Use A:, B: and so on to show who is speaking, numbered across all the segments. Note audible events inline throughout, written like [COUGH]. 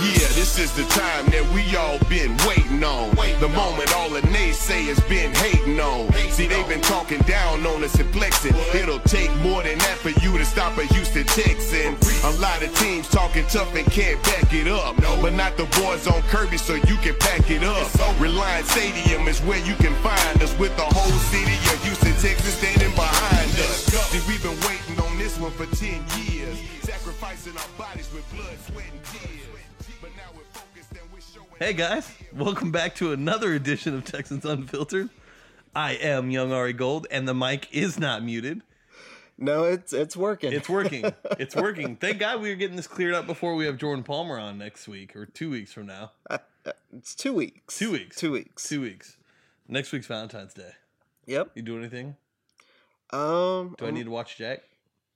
A: This is the time that we all been waiting on. The moment all the naysayers been hating on. See, they've been talking down on us and flexing. It'll take more than that for you to stop a Houston Texan. A lot of teams talking tough and can't back it up. But not the boys on Kirby, so you can pack it up. Reliant Stadium is where you can find us with the whole city of Houston, Texas standing behind us. See, we've been waiting on this one for 10 years. Sacrificing our bodies with blood, sweat, and tears. But now we're focused and we're showing.
B: Hey guys, welcome back to another edition of Texans Unfiltered. I am Young Ari Gold, and the mic is not muted.
C: No, it's it's working.
B: It's working. it's working. Thank God we are getting this cleared up before we have Jordan Palmer on next week or two weeks from now.
C: it's two weeks.
B: Two weeks.
C: Two weeks.
B: Two weeks. Next week's Valentine's Day.
C: Yep.
B: You do anything?
C: Um.
B: Do I need to watch Jack?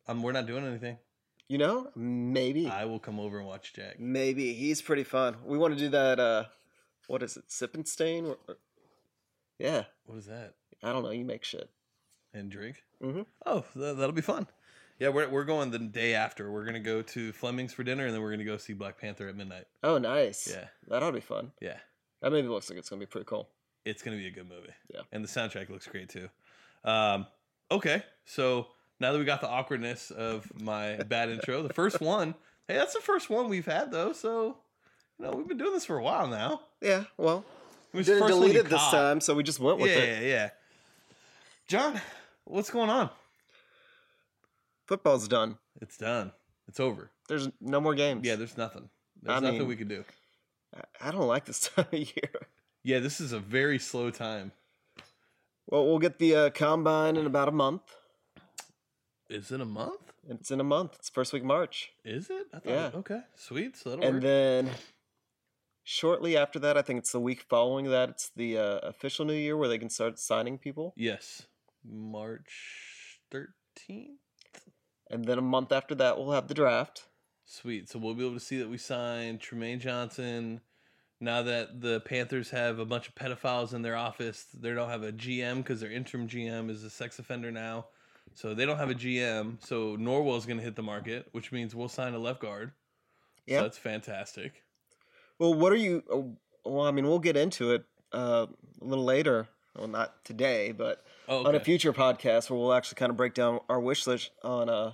B: Um, we're not doing anything.
C: You know, maybe.
B: I will come over and watch Jack.
C: Maybe he's pretty fun. We want to do that. Uh, what is it? Sip and stain. Or- or- Yeah,
B: What is that?
C: I don't know. You make shit.
B: and drink.
C: Mhm.
B: Oh, th- that'll be fun. Yeah, we're we're going the day after. We're gonna go to Fleming's for dinner, and then we're gonna go see Black Panther at midnight.
C: Oh, nice.
B: Yeah,
C: that ought to be fun.
B: yeah,
C: That maybe looks like it's gonna be pretty cool.
B: it's gonna be a good movie.
C: Yeah.
B: and the soundtrack looks great too. Um, okay, so now that we got the awkwardness of my
C: [LAUGHS]
B: bad intro, the first one. Hey, that's the first one we've had though. So, you know, we've been doing this for a while now.
C: Yeah. Well,
B: It
C: we
B: was the
C: didn't
B: first one
C: delete
B: you
C: it this
B: caught.
C: time, so we just went
B: Yeah,
C: with it.
B: yeah, yeah. John, what's going on?
C: Football's done.
B: It's done. It's over.
C: There's no more games.
B: Yeah, there's nothing. There's
C: I
B: nothing
C: mean-
B: we could do.
C: I- I don't like this [LAUGHS] time of year.
B: Yeah, this is a very slow time.
C: Well, we'll get the uh, combine in about a month.
B: Is it a month?
C: It's in a month. It's first week of March.
B: Is it? I thought
C: Yeah.
B: it- okay. Sweet. So that'll
C: and
B: work.
C: then shortly after that, I think it's the week following that, it's the uh, official New Year where they can start signing people.
B: yes. March 13th.
C: And then a month after that, we'll have the draft.
B: Sweet. So we'll be able to see that we signed Tremaine Johnson. Now that the Panthers have a bunch of pedophiles in their office, they don't have a GM because their interim GM is a sex offender now. So they don't have a GM. So Norwell's going to hit the market, which means we'll sign a left guard.
C: Yeah.
B: So that's fantastic.
C: Well, what are you? oh, Well, I mean, we'll get into it uh, a little later. Well, not today, but
B: Oh,
C: on a
B: okay.
C: future podcast where we'll actually kind of break down our wish list on uh,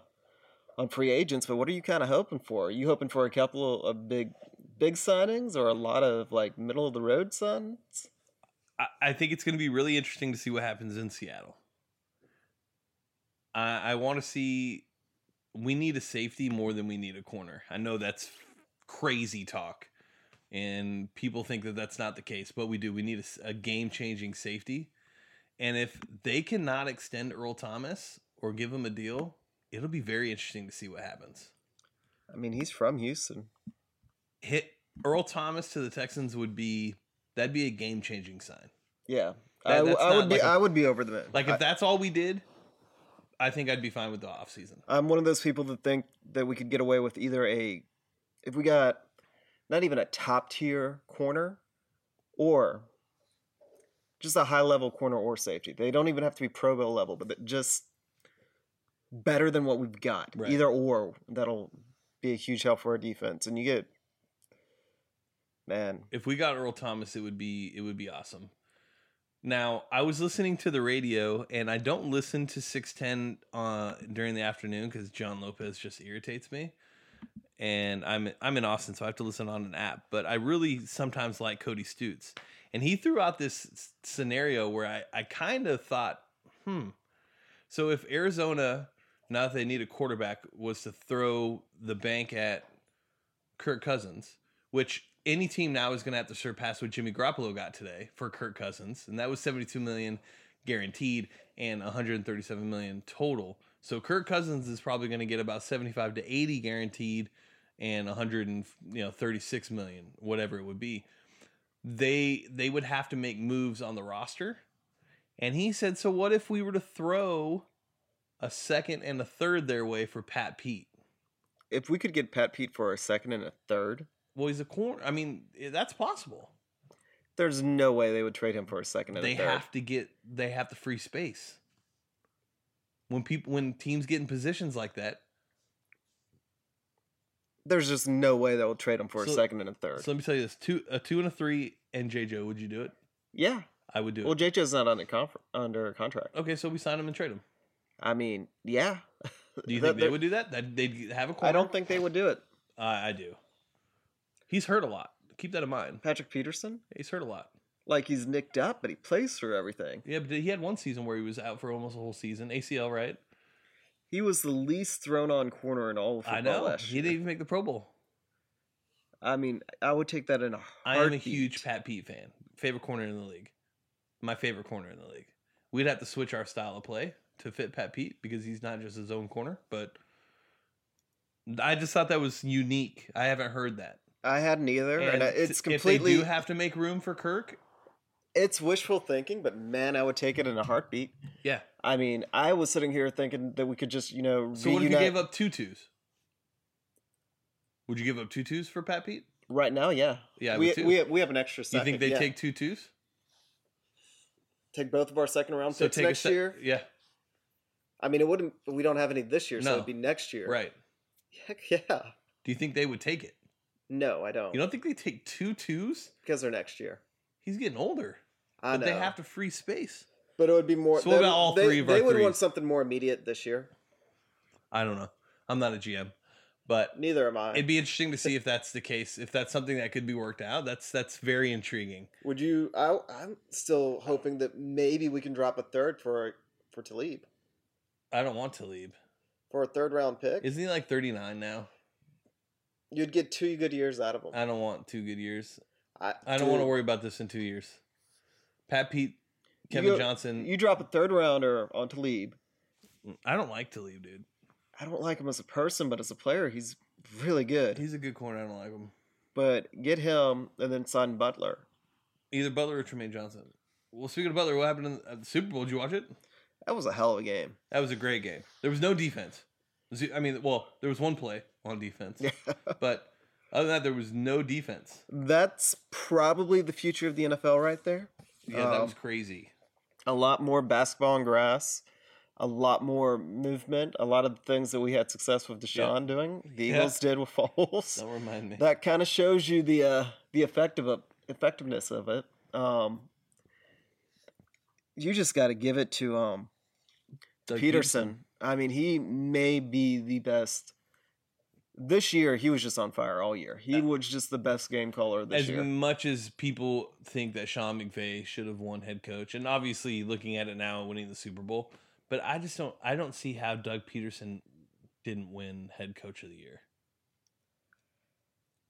C: on free agents. But what are you kind of hoping for? Are you hoping for a couple of big big signings or a lot of like middle of the road signs?
B: I, I think it's going to be really interesting to see what happens in Seattle. I, I want to see. We need a safety more than we need a corner. I know that's crazy talk, and people think that that's not the case, but we do. We need a s- a, game changing safety. And if they cannot extend Earl Thomas or give him a deal, it'll be very interesting to see what happens.
C: I mean, he's from Houston.
B: Hit Earl Thomas to the Texans would be that'd be a game changing sign.
C: Yeah,
B: That-
C: I, w-
B: that's
C: I
B: not
C: would be.
B: like a-
C: I would be over the moon.
B: Like
C: I,
B: if that's all we did, I think I'd be fine with the offseason.
C: I'm one of those people that think that we could get away with either a, if we got, not even a top tier corner, or just a high level corner or safety. They don't even have to be Pro Bowl level, but that just better than what we've got.
B: Right.
C: Either or, that'll be a huge help for our defense. And you get, man,
B: If we got Earl Thomas, it would be it would be awesome. Now, I was listening to the radio and I don't listen to 610 uh during the afternoon cuz John Lopez just irritates me. And I'm I'm in Austin, so I have to listen on an app, but I really sometimes like Cody Stutes. And he threw out this s- scenario where I I kind of thought, "Hmm. So if Arizona, now that they need a quarterback, was to throw the bank at Kirk Cousins, which any team now is going to have to surpass what Jimmy Garoppolo got today for Kirk Cousins, and that was 72 million guaranteed and 137 million total. So Kirk Cousins is probably going to get about 75 to 80 guaranteed and 100 and you know 36 million, whatever it would be. They they would have to make moves on the roster. And he said, "So what if we were to throw a second and a third their way for Pat Pete?"
C: if we could get Pat Pete for a second and a third,
B: Well, he's a corner. I mean, i- that's possible.
C: there's no way they would trade him for a second and
B: They
C: a third.
B: have to get. They have to free space. When people, when teams get in positions like that,
C: There's just no way that will trade him for
B: So-
C: a second and a third.
B: So let me tell you this: two, a two and a three, and JJ. Would you do it?
C: yeah.
B: I would do
C: Well,
B: it.
C: JJ's not under conf- under contract.
B: Okay, so we sign him and trade him.
C: I mean, yeah.
B: Do you
C: That-
B: think they
C: that-
B: would do that? That they'd have a corner.
C: I don't think they would do it.
B: I I do. He's hurt a lot. Keep that in mind.
C: Patrick Peterson,
B: He's hurt a lot.
C: like he's nicked up, but he plays through everything.
B: Yeah, but he had one season where he was out for almost a whole season. ACL, right?
C: He was the least thrown on corner in all of football
B: I know.
C: last
B: He
C: year.
B: didn't even make the Pro Bowl.
C: I mean, I would take that in a
B: I
C: heartbeat.
B: am a huge Pat Pete fan. Favorite corner in the league. My favorite corner in the league. We'd have to switch our style of play to fit Pat Pete because he's not just his own corner, but I just thought that was unique. I haven't heard that.
C: I hadn't either, and, I-
B: And t-
C: uh, it's completely
B: If they do have to make room for Kirk,
C: it's wishful thinking, but man, I would take it in a heartbeat.
B: yeah.
C: I mean, I was sitting here thinking that we could just, you know,
B: So what if you
C: reunite-
B: gave up two twos? Would you give up two twos for Pat Pete?
C: right now. Yeah,
B: Yeah, I
C: we
B: would too.
C: we have, we have an extra.
B: you
C: Second,
B: think they
C: yeah.
B: take two twos?
C: take both of our second round picks
B: take a
C: next
B: sec-
C: year?
B: Yeah,
C: I mean, it wouldn't. We don't have any this year, so
B: No.
C: it'd be next year.
B: right.
C: Heck [LAUGHS] yeah.
B: Do you think they would take it?
C: No, I don't.
B: You don't think they take two twos?
C: because they're next year.
B: He's getting older.
C: I
B: but
C: know.
B: they have to free space.
C: But it would be more.
B: So what
C: they-
B: about all
C: they,
B: three of
C: They
B: our
C: would want
B: threes?
C: something more immediate this year.
B: I don't know. I'm not a GM, but
C: Neither am I.
B: it'd be interesting to see if that's the case. If that's something that could be worked out, that's that's very intriguing.
C: Would you? I, I'm still hoping that maybe we can drop a third for for Talib
B: I don't want to leave.
C: for a third round pick.
B: Isn't he like 39 now?
C: You'd get two good years out of him.
B: I don't want two good years.
C: I,
B: Uh, I don't want to
C: dude,
B: worry about this in two years. Pat Pete, Kevin
C: go-
B: Johnson.
C: You drop a third rounder on Talib.
B: I don't like to leave, dude.
C: I don't like him as a person, but as a player, he's really good.
B: He's a good corner. I don't like him.
C: but get him and then sign Butler.
B: Either Butler or Tremaine Johnson. Well, speaking of Butler, what happened in the- at the Super Bowl? Did you watch it?
C: That was a hell of a game.
B: That was a great game. There was no defense. Z- I mean, well, there was one play on defense, [LAUGHS] but other than that, there was no defense.
C: That's probably the future of the NFL right there.
B: Yeah, that was
C: Um,
B: crazy.
C: a lot more basketball on grass, a lot more movement, a lot of the things that we had success with Deshaun doing, the
B: Yeah.
C: Eagles did with [LAUGHS] Foles.
B: Don't remind me.
C: That kind of shows you the uh, the effective of, effectiveness of it. Um, you just got to give it to um,
B: Doug
C: Peterson. I mean, he may be the best. This year, he was just on fire all year. He was just the best game caller this
B: As
C: year.
B: much as people think that Sean McVay should have won head coach, and obviously looking at it now, winning the Super Bowl, but I just don't. I don't see how Doug Peterson didn't win head coach of the year.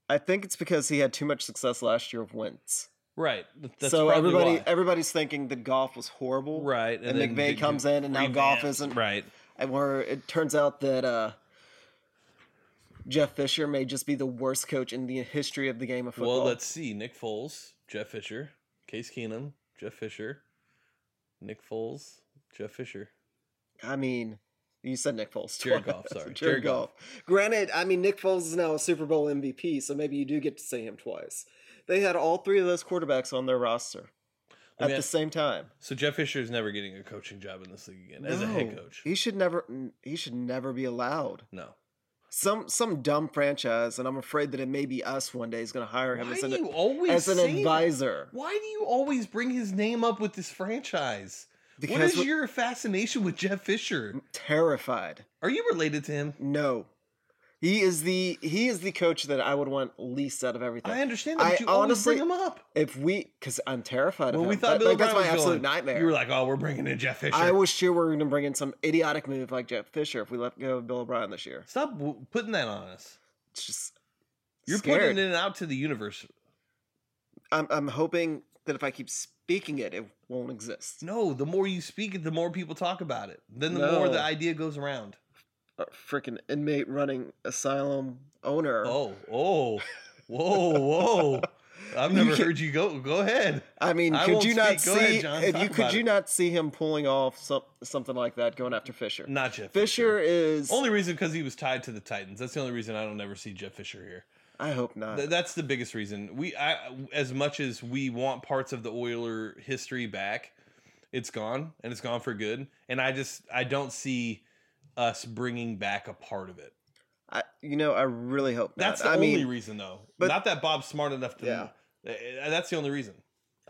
C: I think it's because he had too much success last year with Wentz.
B: Right. th- That's
C: so
B: probably
C: everybody,
B: why.
C: everybody's thinking that golf was horrible,
B: right.
C: And,
B: then
C: McVay
B: did-
C: comes in, and now golf
B: revamped.
C: isn't.
B: right.
C: And where it turns out that uh, Jeff Fisher may just be the worst coach in the history of the game of football.
B: Well, let's see. Nick Foles, Jeff Fisher, Case Keenum, Jeff Fisher, Nick Foles, Jeff Fisher,
C: I mean, you said Nick Foles. [LAUGHS]
B: Jared
C: twice.
B: Goff. Sorry,
C: Jared, Goff. Granted, I mean Nick Foles is now a Super Bowl MVP, so maybe you do get to see him twice. They had all three of those quarterbacks on their roster
B: Let
C: at
B: me
C: the
B: ask-
C: same time.
B: So Jeff Fisher is never getting a coaching job in this league again as a head
C: No,
B: coach.
C: he should never. He should never be allowed.
B: No.
C: Some some dumb franchise, and I'm afraid that it may be us one day is going to hire him
B: Why
C: as
B: do
C: an
B: you always
C: as an
B: say-
C: advisor.
B: Why do you always bring his name up with this franchise? what
C: Because
B: is
C: we're
B: your fascination with Jeff Fisher?
C: terrified.
B: Are you related to him?
C: No, he is the he is the coach that I would want least out of everything.
B: I understand that,
C: I
B: but you always
C: honestly-
B: bring him up.
C: If we, because I'm terrified
B: When
C: of him.
B: we thought
C: That-
B: Bill
C: like, that's my
B: O'Brien was
C: absolute
B: going,
C: nightmare.
B: You were like, "Oh, we're bringing in Jeff Fisher."
C: I was sure we were going to bring in some idiotic move like Jeff Fisher if we let go of Bill O'Brien this year.
B: Stop w- putting that on us.
C: It's just
B: You're
C: scared.
B: putting it out to the universe.
C: I'm I'm hoping that if I keep speaking it, it won't exist.
B: No, the more you speak it, the more people talk about it. Then the more
C: No.
B: the idea goes around.
C: A freaking inmate running asylum owner.
B: Oh, oh, whoa, whoa! I've
C: You
B: never
C: can't-
B: heard you go. Go ahead.
C: I mean,
B: I
C: could
B: won't
C: you not
B: speak. Go ahead,
C: see?
B: John,
C: if
B: talk
C: you could
B: about
C: you
B: it.
C: not see him pulling off some, something like that going after Fisher?
B: Not Jeff
C: Fisher is.
B: Only reason because he was tied to the Titans. That's the only reason I don't ever see Jeff Fisher here.
C: I hope not.
B: Th- that's the biggest reason. We, I, as much as we want parts of the Oiler history back, it's gone and it's gone for good. And I just, I don't see us bringing back a part of it.
C: I, you know, I really hope not.
B: That's the
C: I
B: only
C: mean,
B: reason, though.
C: but-
B: Not that Bob's smart enough to.
D: Yeah.
B: Uh, That's the only reason.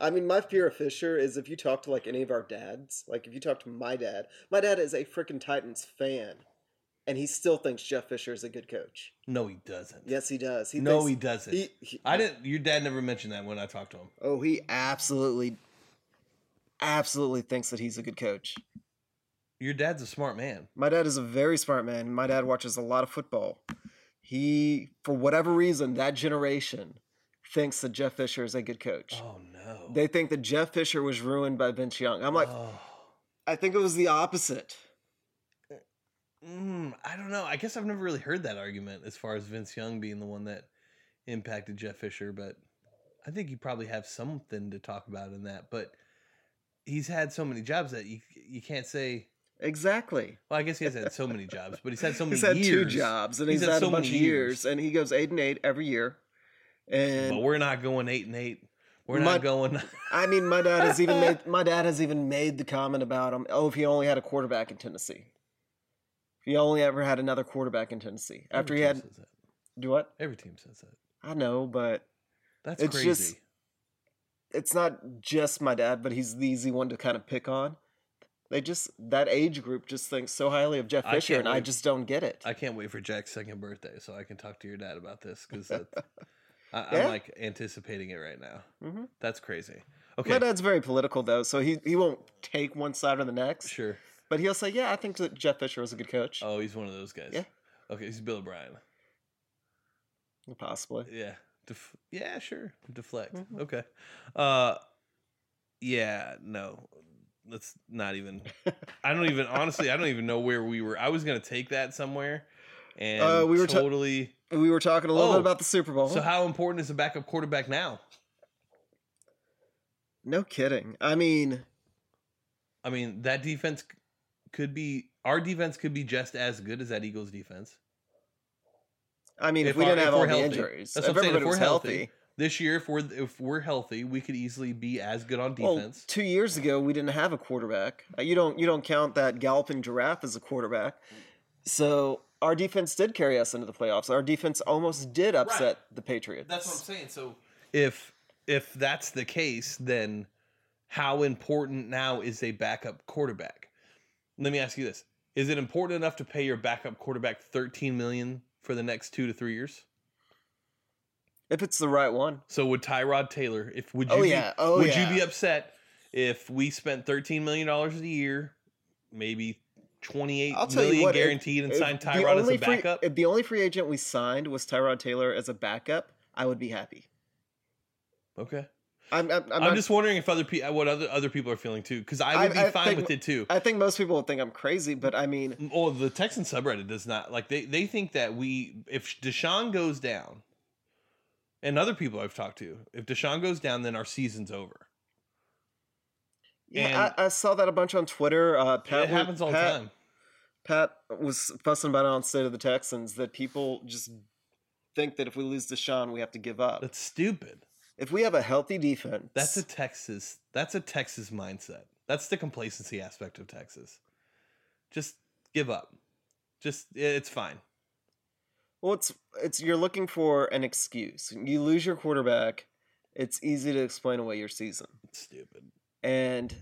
D: I mean, my fear of Fisher is if you talk to like any of our dads, like if you talk to my dad, my dad is a freaking Titans fan, and he still thinks Jeff Fisher is a good coach.
B: No, he doesn't.
D: Yes, he does. He
B: no, he
D: thinks,
B: doesn't.
D: He, he-
B: I didn't. Your dad never mentioned that when I talked to him.
C: oh, he absolutely, absolutely thinks that he's a good coach.
B: Your dad's a smart man.
C: My dad is a very smart man. My dad watches a lot of football. He, for whatever reason, that generation thinks that Jeff Fisher is a good coach.
B: Oh no.
C: They think that Jeff Fisher was ruined by Vince Young. I'm like,
B: Oh.
C: I think it was the opposite.
B: Mm, I don't know. I guess I've never really heard that argument as far as Vince Young being the one that impacted Jeff Fisher, but I think you probably have something to talk about in that. But he's had so many jobs that you you can't say.
C: Exactly.
B: Well, I guess he has had so many jobs, but he's had so many.
C: [LAUGHS] He's had
B: years.
C: two jobs and he's, had,
B: so
C: a bunch of
B: many
C: years. and he goes eight and eight every year.
B: But
C: And
B: we're not going eight and eight. We're
C: My-
B: not going.
C: I mean, my dad has
B: [LAUGHS]
C: even made my dad has even made the comment about him. Oh, if he only had a quarterback in Tennessee. If he only ever had another quarterback in Tennessee
B: [LAUGHS]
C: after
B: Every
C: he
B: team
C: had
B: says that.
C: do what?
B: Every team says that.
C: I know, but
B: That's
C: It's
B: crazy.
C: just- it's not just my dad, but he's the easy one to kind of pick on. They just that age group just thinks so highly of Jeff
B: I
C: Fisher,
B: can't
C: and I
B: wait-
C: just don't get it.
B: I can't wait for Jack's second birthday so I can talk to your dad about this
C: [LAUGHS]
B: because
C: Yeah.
B: I'm like anticipating it right now.
C: Mhm.
B: That's crazy. Okay,
C: My dad's very political though, so he he won't take one side or the next.
B: sure.
C: But he'll say, "Yeah, I think that Jeff Fisher was a good coach,
B: Oh, he's one of those guys.
C: Yeah.
B: Okay, he's Bill O'Brien.
C: possibly."
B: Yeah. Def- yeah, sure. Deflect.
C: Mhm.
B: Okay. Uh, yeah. No. Let's not even. I don't
C: [LAUGHS]
B: even. Honestly, I don't even know where we were. I was gonna take that somewhere, and
C: Uh, we
B: we
C: were
B: were
C: ta- Uh-huh.
B: totally.
C: We were talking a little
B: Oh,
C: bit about the Super Bowl.
B: so, how important is a backup quarterback now?
C: no kidding. I mean,
B: I mean, that defense c- could be our defense could be just as good as that Eagles defense.
C: I mean, if,
B: If
C: we
B: our-
C: didn't
B: if
C: have
B: we're
C: all
B: healthy.
C: the injuries,
B: That's what I'm saying,
C: everybody
B: if
C: was
B: we're healthy, This year, if we're if we're healthy, we could easily be as good on
C: Well,
B: defense.
C: two years ago we didn't have a quarterback. Uh, You don't you don't count that galloping giraffe as a quarterback. So our defense did carry us into the playoffs. Our defense almost did upset the Patriots.
B: saying. So if if that's the case, then how important now is a backup quarterback? Let me ask you this: Is it important enough to pay your backup quarterback thirteen million for the next two to three years?
C: if it's the right one.
B: So would Tyrod Taylor? If would you
C: Oh
B: be-
C: yeah. Oh
B: would
C: yeah.
B: you be upset if we spent thirteen million dollars a year, maybe twenty eight
C: I'll tell you
B: million
C: what, if-
B: guaranteed, and
C: If
B: signed
C: the
B: Tyrod as
C: only
B: a
C: free-
B: backup?
C: if the only free agent we signed was Tyrod Taylor as a backup, I would be happy.
B: okay,
C: I'm, I'm, I'm
B: I'm,
C: not,
B: just wondering if other people, what other other people are feeling too, because I would
C: I-
B: be
C: I
B: fine
C: think-
B: with it too.
C: I think most people would think I'm crazy, but I mean,
B: Oh, the Texan subreddit does not like they they think that we if Deshaun goes down, and other people I've talked to, if Deshaun goes down, then our season's over.
C: yeah,
B: And-
C: I, I saw that a bunch on Twitter. Uh, Pat,
B: it
C: wa-
B: happens all
C: Pat-
B: the time.
C: Pat was fussing about it on State of the Texans that people just think that if we lose Deshaun, we have to give up.
B: That's stupid.
C: if we have a healthy defense,
B: That's a Texas. That's a Texas mindset. That's the complacency aspect of Texas. Just give up. Just i- it's fine.
C: well, it's it's you're looking for an excuse. You lose your quarterback, it's easy to explain away your season.
B: It's stupid.
C: And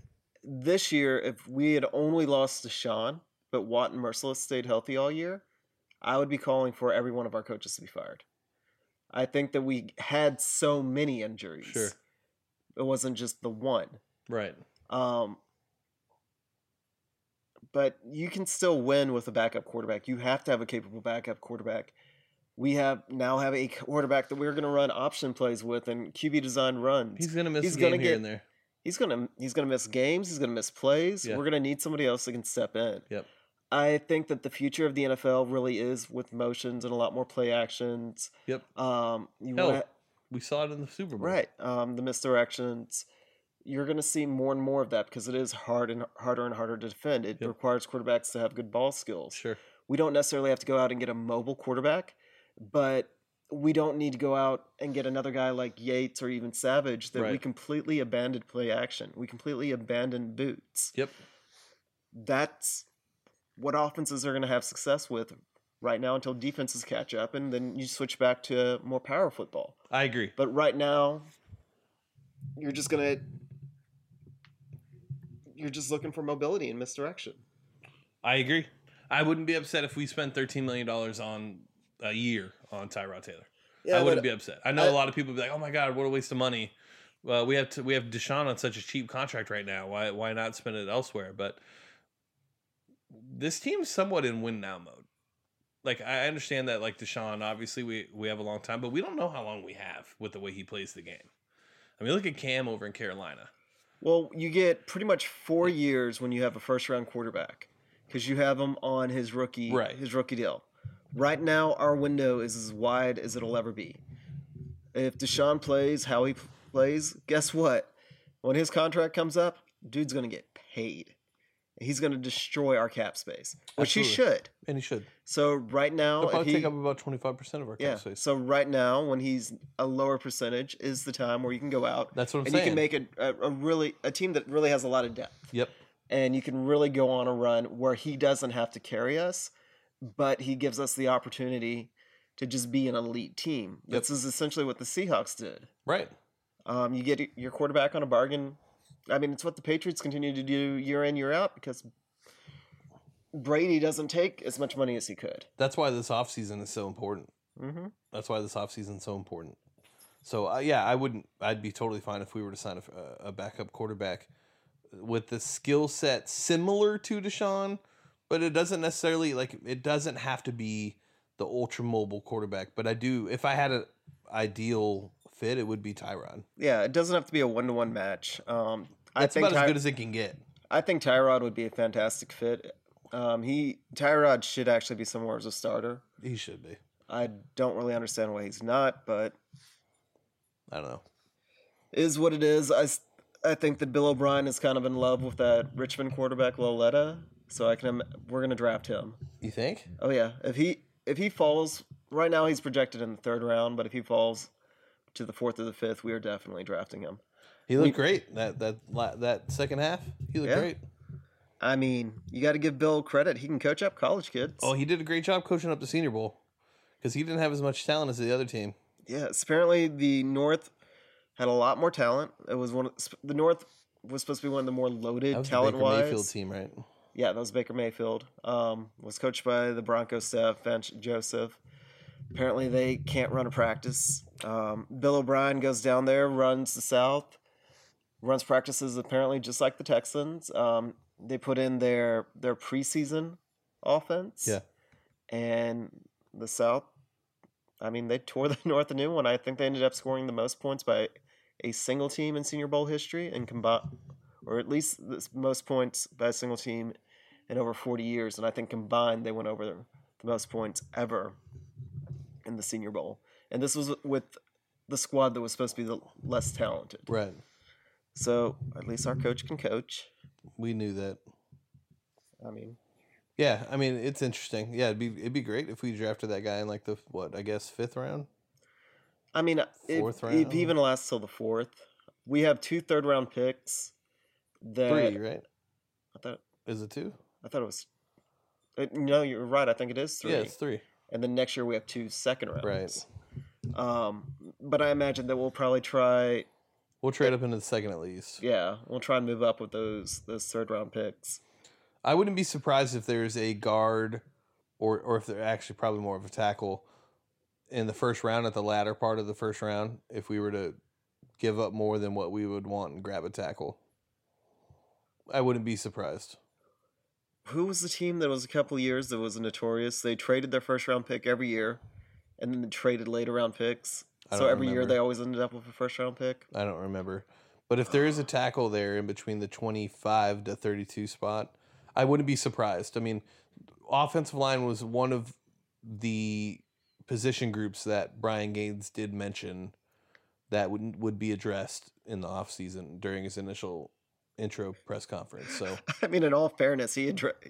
C: this year, if we had only lost Deshaun, but Watt and Merciless stayed healthy all year, I would be calling for every one of our coaches to be fired. I think that we had so many injuries.
B: Sure.
C: It wasn't just the one.
B: Right.
C: Um, but you can still win with a backup quarterback. You have to have a capable backup quarterback. We have now have a quarterback that we're going to run option plays with and QB design runs.
B: He's gonna miss
C: he's
B: a game
C: gonna
B: here
C: get-
B: and there.
C: He's gonna he's gonna miss games. He's gonna miss plays.
B: Yeah.
C: We're gonna need somebody else that can step in.
B: Yep.
C: I think that the future of the NFL really is with motions and a lot more play actions.
B: Yep.
C: Um, you
B: Hell,
C: wanna-
B: We saw it in the Super Bowl.
C: right. Um, the misdirections. You're gonna see more and more of that because it is hard and harder and harder to defend. It
B: Yep.
C: requires quarterbacks to have good ball skills.
B: Sure.
C: We don't necessarily have to go out and get a mobile quarterback, but we don't need to go out and get another guy like Yates or even Savage that we
B: Right.
C: completely abandoned play action. We completely abandoned boots.
B: Yep.
C: That's what offenses are going to have success with right now until defenses catch up, and then you switch back to more power football.
B: I agree.
C: But right now, you're just gonna you're just looking for mobility and misdirection.
B: I agree. I wouldn't be upset if we spent thirteen million dollars on a year on Tyrod Taylor. I wouldn't be upset. I know a
E: I-
B: lot of people be like, "Oh my god, what a waste of money." Well, we have to we have Deshaun on such a cheap contract right now. Why why not spend it elsewhere? But this team's somewhat in win now mode. Like I understand that like Deshaun, obviously we we have a long time, but we don't know how long we have with the way he plays the game. I mean, look at Cam over in Carolina.
C: Well, you get pretty much four years when you have a first round quarterback because you have him on his rookie
B: Right.
C: his rookie deal. Right now, our window is as wide as it'll ever be. If Deshaun plays how he p- plays, guess what? When his contract comes up, dude's gonna get paid. He's gonna destroy our cap space, which he
B: Absolutely.
C: should.
B: And he should.
C: So right now, if Oh, he,
B: about twenty five percent of our
C: yeah. So right now, when he's a lower percentage, is the time where you can go out
B: That's what I'm
C: and
B: saying.
C: you can make a, a, a really a team that really has a lot of depth,
B: yep.
C: and you can really go on a run where he doesn't have to carry us, but he gives us the opportunity to just be an elite team.
B: Yep.
C: This is essentially what the Seahawks did.
B: Right.
C: Um, you get your quarterback on a bargain. I mean, it's what the Patriots continue to do year in year out because Brady doesn't take as much money as he could.
B: That's why this offseason is so important.
C: Mm-hmm.
B: that's why this offseason is so important. So uh, yeah, I wouldn't. I'd be totally fine if we were to sign a, a backup quarterback with the skill set similar to Deshaun, but it doesn't necessarily like it doesn't have to be the ultra mobile quarterback. But I do. If I had an ideal fit, it would be Tyrod.
C: Yeah, it doesn't have to be a one to one match. Um, I
B: That's
C: think
B: about
C: Ty-
B: as good as it can get.
C: I think Tyrod would be a fantastic fit. Um, he Tyrod should actually be somewhere as a starter.
B: He should be.
C: I don't really understand why he's not, but
B: I don't know.
C: is what it is. I s- I think that Bill O'Brien is kind of in love with that Richmond quarterback Loletta, so I can im- we're gonna draft him.
B: You think?
C: Oh yeah, if he if he falls right now, he's projected in the third round, but if he falls to the fourth or the fifth, we are definitely drafting him.
B: He looked great that that la- that second half. He looked
C: Yeah.
B: great.
C: I mean, you got to give Bill credit; he can coach up college kids.
B: Oh, he did a great job coaching up the Senior Bowl because he didn't have as much talent as the other team.
C: Yes, apparently the North had a lot more talent. It was one of, sp- the North was supposed to be one of the more loaded
B: the Baker
C: talent
B: Mayfield
C: wise.
B: team, right?
C: Yeah, that was Baker Mayfield. Um, was coached by the Broncos staff, Vance Joseph. Apparently they can't run a practice. Um, Bill O'Brien goes down there, runs the South, runs practices apparently just like the Texans. Um, they put in their their preseason offense.
B: Yeah.
C: And the South, I mean, they tore [LAUGHS] the North a new one. I think they ended up scoring the most points by a single team in Senior Bowl history, and combined, or at least the s- most points by a single team in over 40 years. And I think combined, they went over the, the most points ever in the Senior Bowl. And this was with the squad that was supposed to be the less talented.
B: Right.
C: So at least our coach can coach.
B: We knew that.
C: I mean,
B: Yeah, I mean it's interesting. Yeah, it'd be it'd be great if we drafted that guy in like the what I guess fifth round.
C: I mean,
B: Fourth
C: if, if
B: round?
C: he even lasts till the fourth, we have two third round picks. That
B: Three, right?
C: I thought
B: Is it two?
C: I thought it was. uh, No, you're right. I think it is three.
B: Yeah, it's three.
C: and then next year we have two second rounds.
B: Right.
C: Um, but I imagine that we'll probably try.
B: We'll trade up into the second at least.
C: Yeah, we'll try and move up with those those third round picks.
B: I wouldn't be surprised if there's a guard or or if they're actually probably more of a tackle in the first round at the latter part of the first round if we were to give up more than what we would want and grab a tackle. I wouldn't be surprised.
C: Who was the team that was a couple years that was notorious? They traded their first round pick every year, and then they traded later round picks.
B: I
C: So
B: don't
C: every year
B: remember.
C: they always ended up with a first round pick. [LAUGHS]
B: I don't remember. But if there is a tackle there in between the 25 to 32 spot, I wouldn't be surprised. I mean, offensive line was one of the position groups that Brian Gaines did mention that would would be addressed in the offseason during his initial intro press conference. So
C: I mean, in all fairness, he addressed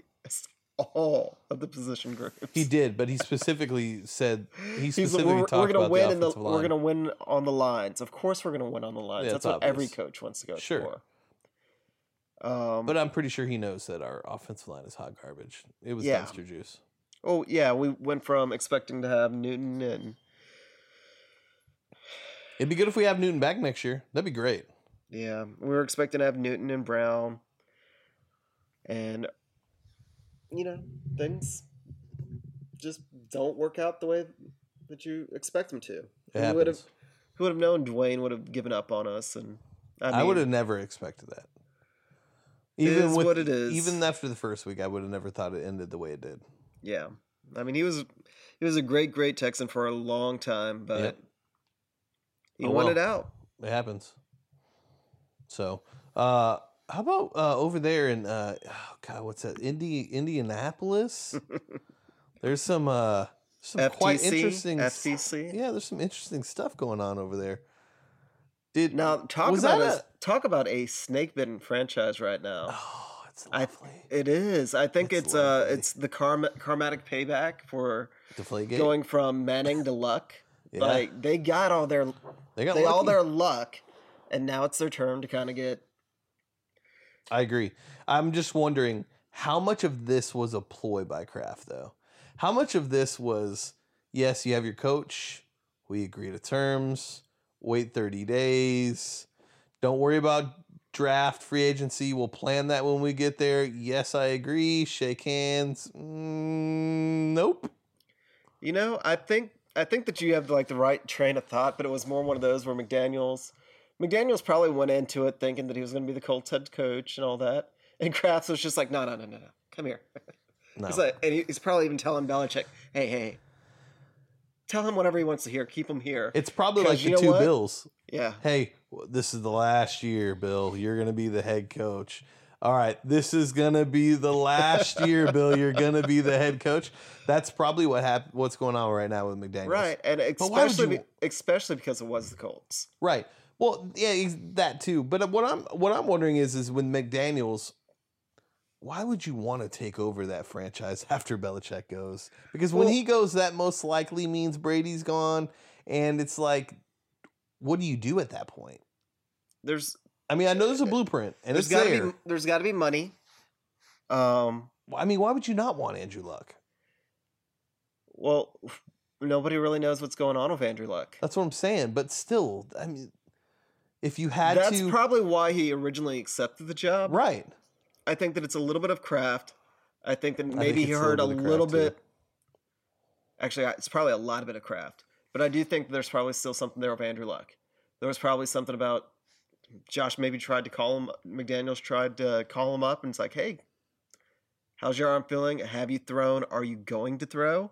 C: all of the position groups. [LAUGHS]
B: he did, but he specifically said he
C: He's like,
B: specifically
C: we're,
B: talked
C: we're gonna
B: about
C: win
B: the
C: in the
B: offensive line.
C: we're gonna win on the lines. Of course, we're gonna win on the lines.
B: Yeah,
C: That's
B: it's
C: what every
B: obvious.
C: coach wants to go
B: Sure.
C: for. Um,
B: but I'm pretty sure he knows that our offensive line is hot garbage. It was
C: Yeah.
B: dumpster juice.
C: Oh yeah, we went from expecting to have Newton and
B: It'd be good if we have Newton back next year. That'd be great.
C: yeah, we were expecting to have Newton and Brown, and
F: You know, things just don't work out the way that you expect them to.
B: It
F: We would've-
B: happens.
C: who would have known Dwayne would have given up on us? And I,
B: I,
C: mean,
B: would have never expected that.
C: It
B: Even
C: is
B: with,
C: what it is.
B: Even after the first week, I would have never thought it ended the way it did.
C: Yeah, I mean he was he was a great great Texan for a long time, but
B: Yep.
C: he
B: Oh,
C: wanted
B: well.
C: out.
B: It happens. So, uh, how about uh, over there in uh, oh God, what's that? Indi- Indianapolis.
C: [LAUGHS]
B: there's some uh, some
C: FTC,
B: quite interesting. s-
C: FTC.
B: Yeah, there's some interesting stuff going on over there. Did
C: Now talk
B: Was
C: about
B: that
C: a, talk about a snake bitten franchise right now.
B: oh, it's
C: I-
B: lovely.
C: It is. I think
B: It's
C: it's uh
B: lovely.
C: it's the karma, karmatic payback for
B: Deflategate.
C: going from Manning to Luck.
B: yeah,
C: Like they got all their
B: they got
C: they all
B: lucky.
C: their luck, and now it's their turn to kind of get.
B: I agree. I'm just wondering how much of this was a ploy by Kraft, though. How much of this was, yes, you have your coach, we agree to terms, wait 30 days, don't worry about draft free agency, we'll plan that when we get there. Yes, I agree, shake hands. Mm, nope.
C: You know, I think I think that you have like the right train of thought, but it was more one of those where McDaniel's McDaniel's probably went into it thinking that he was going to be the Colts head coach and all that, and Kraft was just like, no, no, no, no, no, come here.
B: [LAUGHS] No.
C: He's like, and he- he's probably even telling Belichick, hey, hey, tell him whatever he wants to hear, keep him here.
B: it's probably like
C: 'Cause
B: the
C: you know
B: two
C: what?
B: Bills.
C: yeah.
B: hey, w- this is the last year, Bill. You're going to be the head coach. All right, this is going to be the
C: [LAUGHS]
B: last year, Bill. You're going to be the head coach. That's probably what hap- what's going on right now with McDaniels.
C: Right, and
B: why would
C: especially
B: you-
C: be- especially because it was the Colts.
B: Right. Well, yeah, ex- that too. But uh, what I'm what I'm wondering is is when McDaniels why would you want to take over that franchise [LAUGHS] after Belichick goes? Because when
C: Well-
B: he goes, that most likely means Brady's gone, and it's like, what do you do at that point?
C: There's
B: I mean, I know there's a blueprint, and
C: Uh, there's
B: it's
C: got
B: there.
C: to be there's got to be money. Um,
B: Well, I mean, why would you not want Andrew Luck?
C: well, nobody really knows what's going on with Andrew Luck.
B: That's what I'm saying. But still, I mean, if you had
C: That's
B: to,
C: probably why he originally accepted the job.
B: right?
C: I think that it's a little bit of craft. I think that maybe
B: think
C: he
B: it's a
C: heard a
B: little bit of
C: little
B: craft,
C: bit. Actually, I- it's probably a lot of it of craft, but I do think there's probably still something there with Andrew Luck. There was probably something about Josh. Maybe tried to call him. McDaniel's tried to call him up, and it's like, "Hey, how's your arm feeling? Have you thrown? Are you going to throw?"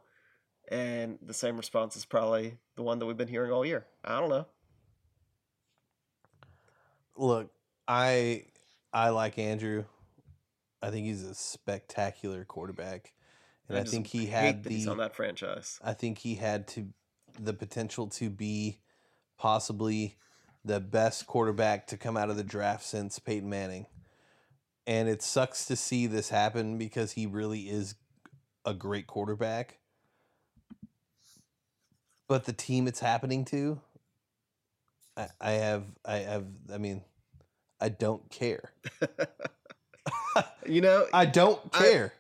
C: And the same response is probably the one that we've been hearing all year. I don't know.
B: Look, I I like Andrew. I think he's a spectacular quarterback, and I,
C: just
B: think he
C: hate
B: had
C: that he's on
B: the.
C: that franchise.
B: I think he had to the potential to be possibly the best quarterback to come out of the draft since Peyton Manning. And it sucks to see this happen because he really is a great quarterback. But the team it's happening to, I, I have, I have, I mean, I don't care.
C: You know,
B: I don't
C: I-
B: care.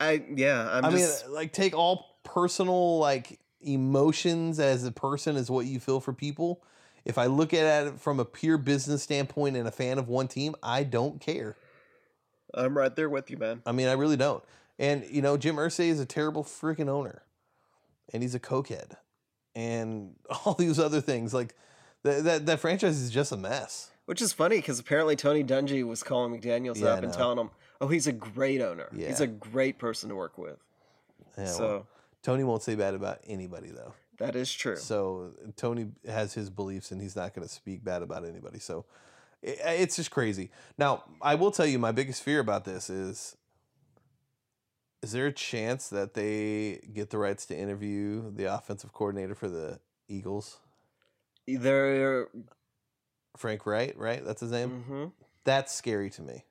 C: I yeah, I'm
B: i mean,
C: just
B: like, take all personal, like, emotions as a person is what you feel for people. If I look at it from a pure business standpoint and a fan of one team, I don't care.
C: I'm right there with you, man.
B: I mean, I really don't. And you know, Jim Irsay is a terrible freaking owner, and he's a cokehead, and [LAUGHS] all these other things. Like that that, that franchise is just a mess.
C: Which is funny because apparently Tony Dungy was calling McDaniels
B: Yeah, I
C: up and
B: know.
C: telling him, "Oh, he's a great owner. He's
B: Yeah.
C: a great person to work with."
B: Yeah, well,
C: so
B: Tony won't say bad about anybody though.
C: that is true.
B: So Tony has his beliefs, and he's not going to speak bad about anybody. So it, it's just crazy. Now, I will tell you, my biggest fear about this is: is there a chance that they get the rights to interview the offensive coordinator for the Eagles?
C: E, There,
B: Frank Wright, right? That's his name.
C: hmm
B: That's scary to me.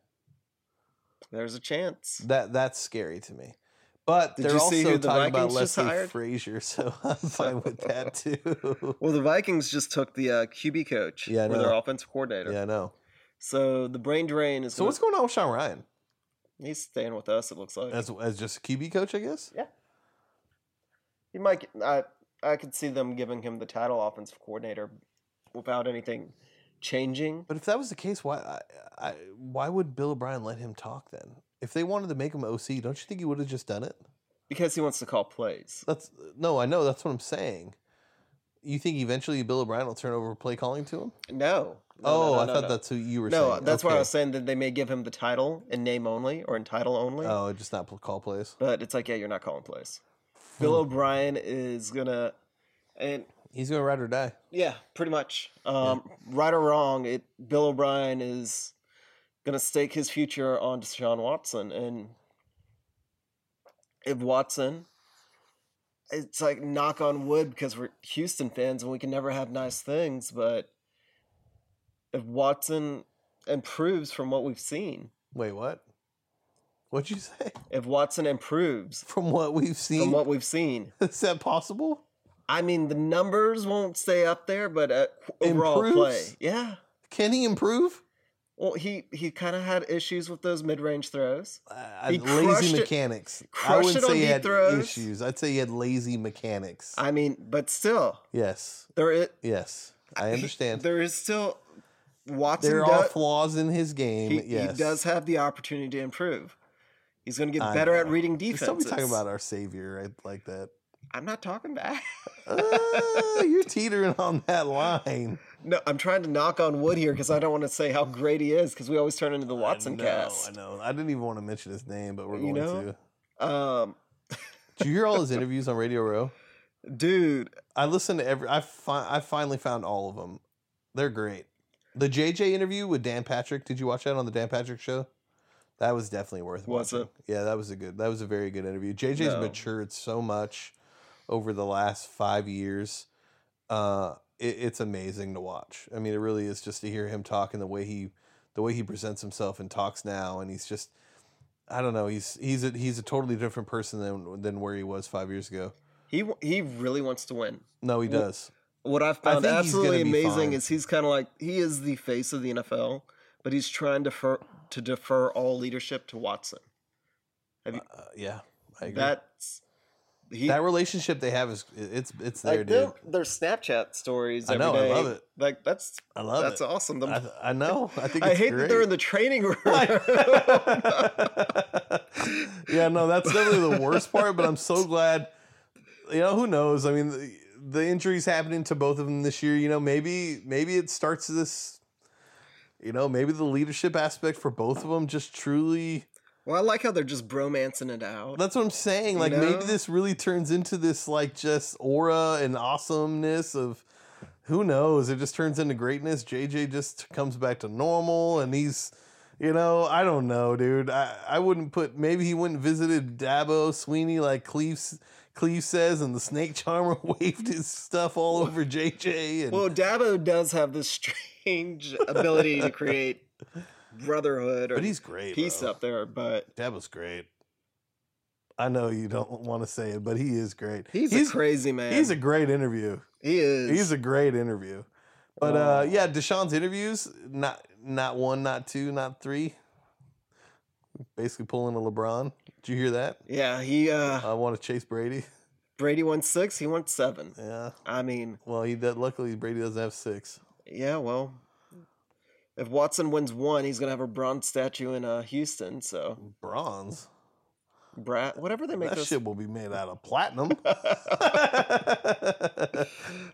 C: there's a chance.
B: That that's scary to me. But
C: Did
B: they're
C: you see
B: also
C: who the
B: talking about
C: Vikings just
B: Leslie
C: hired?
B: Frazier,
C: [LAUGHS]
B: so I'm fine with that too.
C: Well, the Vikings just took the uh, QB coach
B: Yeah, I
C: or their
B: know.
C: offensive coordinator.
B: yeah, I know.
C: So the brain drain is.
B: So what's going on with Sean Ryan
C: he's staying with us. It looks like.
B: as as just a QB coach? I guess.
C: Yeah. He might. get- I I could see them giving him the title offensive coordinator without anything changing.
B: But if that was the case, why I, I, why would Bill O'Brien let him talk then? If they wanted to make him OC, don't you think he would have just done it?
C: Because he wants to call plays.
B: That's no, I know that's what I'm saying. You think eventually Bill O'Brien will turn over play calling to him?
C: No. no, no,
B: oh,
C: no,
B: I
C: no,
B: thought
C: no.
B: that's who you were
C: No,
B: saying.
C: that's why I
B: Okay.
C: was saying that they may give him the title in name only or in title only.
B: Oh, just not pl- call plays.
C: But it's like, yeah, you're not calling plays. Bill
B: Hmm.
C: O'Brien is gonna, and
B: He's gonna ride or die.
C: yeah, pretty much. Um, Right or wrong, it Bill O'Brien is gonna stake his future on Deshaun Watson, and if Watson, it's like knock on wood because we're Houston fans and we can never have nice things, but if Watson improves from what we've seen,
B: Wait, what? What'd you [LAUGHS] say?
C: if Watson improves
B: From what we've seen,
C: from what we've seen.
B: is that possible?
C: I mean, the numbers won't stay up there, but uh, overall
B: Improves?
C: play, yeah.
B: Can he improve?
C: Well, he he kind of had issues with those mid range throws.
B: Uh,
C: He crushed
B: lazy
C: it-
B: mechanics. I
C: crushed
B: wouldn't
C: it on
B: say he
C: deep
B: had
C: throws.
B: issues. I'd say he had lazy mechanics.
C: I mean, but still,
B: yes,
C: there is.
B: yes, I understand.
C: There is still Watson.
B: there are
C: does,
B: flaws in his game.
C: he, he
B: yes,
C: does have the opportunity to improve. He's going to get
B: I
C: better at
B: know.
C: reading
B: We
C: defenses.
B: still be talking about our savior right, like that.
C: I'm not talking back.
B: Uh, [LAUGHS] you're teetering on that line.
C: [LAUGHS] No, I'm trying to knock on wood here because I don't want to say how great he is because we always turn into the Watson
B: I know, I
C: cast.
B: know. I didn't even want to mention his name, but we're
C: You
B: going
C: know? Um,
B: to. Did you hear all his interviews on Radio Row?
C: dude,
B: I listened to every. I fi- I finally found all of them. They're great. The JJ interview with Dan Patrick. Did you watch that on the Dan Patrick show? That was definitely worth
C: Was
B: watching.
C: it?
B: Yeah, that was a good. That was a very good interview. JJ's
C: No.
B: matured so much over the last five years. Uh, it, it's amazing to watch. I mean, it really is just to hear him talk and the way he, the way he presents himself and talks now, and he's just. I don't know. He's he's a, he's a totally different person than than where he was five years ago.
C: he he really wants to win.
B: No, he
C: Well,
B: does.
C: what I've found
B: think he's
C: absolutely
B: gonna be
C: amazing
B: fine.
C: is he's kind of like he is the face of the NFL, but he's trying to defer, to defer all leadership to Watson.
B: Uh, yeah, I agree. That,
C: That's he.
B: relationship they have is it's it's there,
C: like
B: dude.
C: their, their Snapchat stories.
B: I
C: every
B: know, I
C: day.
B: love it.
C: Like that's
B: I love
C: that's
B: it.
C: awesome. Them-
B: I, th- I know. I think
C: I
B: it's
C: hate
B: great.
C: that they're in the training room.
B: [LAUGHS] yeah, no, that's definitely the worst part. But I'm so glad. You know, who knows? I mean, the, the injuries happening to both of them this year. You know, maybe maybe it starts this. You know, maybe the leadership aspect for both of them just truly.
C: [LAUGHS] well, I like how they're just bromancing it out.
B: That's what I'm saying.
C: You
B: Like maybe
C: know?
B: this really turns into this like just aura and awesomeness of who knows. It just turns into greatness. JJ just comes back to normal and he's you know, I don't know, dude. I, I wouldn't put maybe he went and visited Dabo Sweeney like Cleve s- Cleve says and the snake charmer [LAUGHS] waved his stuff all over JJ and
C: Well, Dabo does have this strange ability to create brotherhood or
B: but he's great.
C: peace
B: bro.
C: up there, but
B: Dabo's great. I know you don't want to say it, but he is great.
C: he's, a crazy man.
B: He's a great interview.
C: he is
B: He's a great interview. But uh,
C: Oh.
B: yeah, Deshaun's interviews, not not one, not two, not three. Basically pulling a LeBron. Did you hear that?
C: Yeah, he uh
B: I want to chase Brady. [LAUGHS]
C: Brady won six, he won seven.
B: Yeah.
C: I mean,
B: Well, he did, luckily Brady doesn't have six.
C: yeah, well, if Watson wins one, he's gonna have a bronze statue in uh Houston. So
B: Bronze.
C: Brat, whatever they make
B: That
C: those,
B: shit will be made out of
C: [LAUGHS]
B: platinum.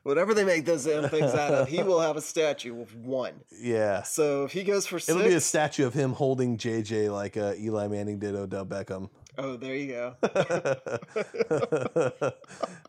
C: whatever they make those damn things out of,
B: [LAUGHS]
C: he will have a statue with one.
B: yeah.
C: So if he goes for
B: It'll be a
C: 6
B: statue of him holding JJ like uh, Eli Manning did Odell Beckham.
C: oh, there you
B: [LAUGHS]
C: go.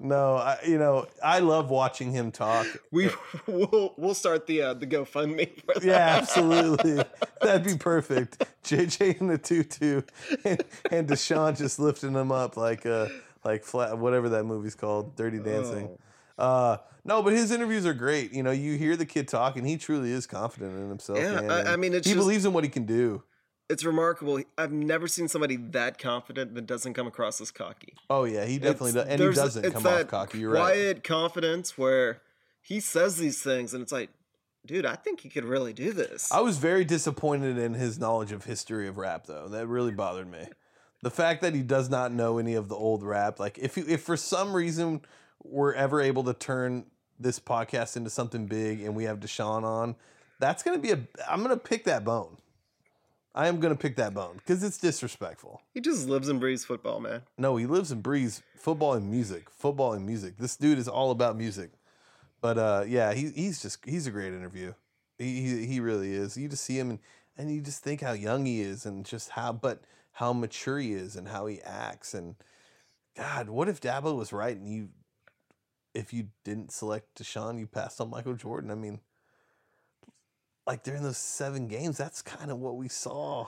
B: no, I, you know, I love watching him talk.
C: We we'll we'll start the uh, the GoFundMe. For that.
B: Yeah,
C: [LAUGHS]
B: absolutely. That'd be perfect. JJ in the tutu and, and Deshaun just lifting him up like uh like flat whatever that movie's called,
C: Oh.
B: Dirty Dancing. Uh no, but his interviews are great. You know, you hear the kid talk and he truly is confident in himself.
C: Yeah,
B: man,
C: I-
B: and
C: I mean, it's
B: he
C: just-
B: believes in what he can do.
C: It's remarkable. I've never seen somebody that confident that doesn't come across as cocky.
B: Oh yeah, he definitely
C: It's-
B: does and he
C: there's-
B: doesn't
C: it's
B: come off
C: that
B: cocky. You're right.
C: quiet confidence where he says these things and it's like, dude, I think he could really do this.
B: I was very disappointed in his knowledge of history of rap, though. That really bothered me. the fact that he does not know any of the old rap, like if you, if for some reason we're ever able to turn this podcast into something big and we have Deshaun on, that's gonna be a. I'm gonna pick that bone. I am gonna pick that bone because it's disrespectful.
C: He just lives and breathes football,
B: [LAUGHS]
C: man.
B: No, he lives and breathes football and music. Football and music. This dude is all about music. But uh, yeah, he, he's just he's a great interview. He, he he really is. You just see him and and you just think how young he is and just how but how mature he is and how he acts and God, what if Dabo was right and you if you didn't select Deshaun, you passed on Michael Jordan. I mean, like during those seven games, that's kind of what we saw.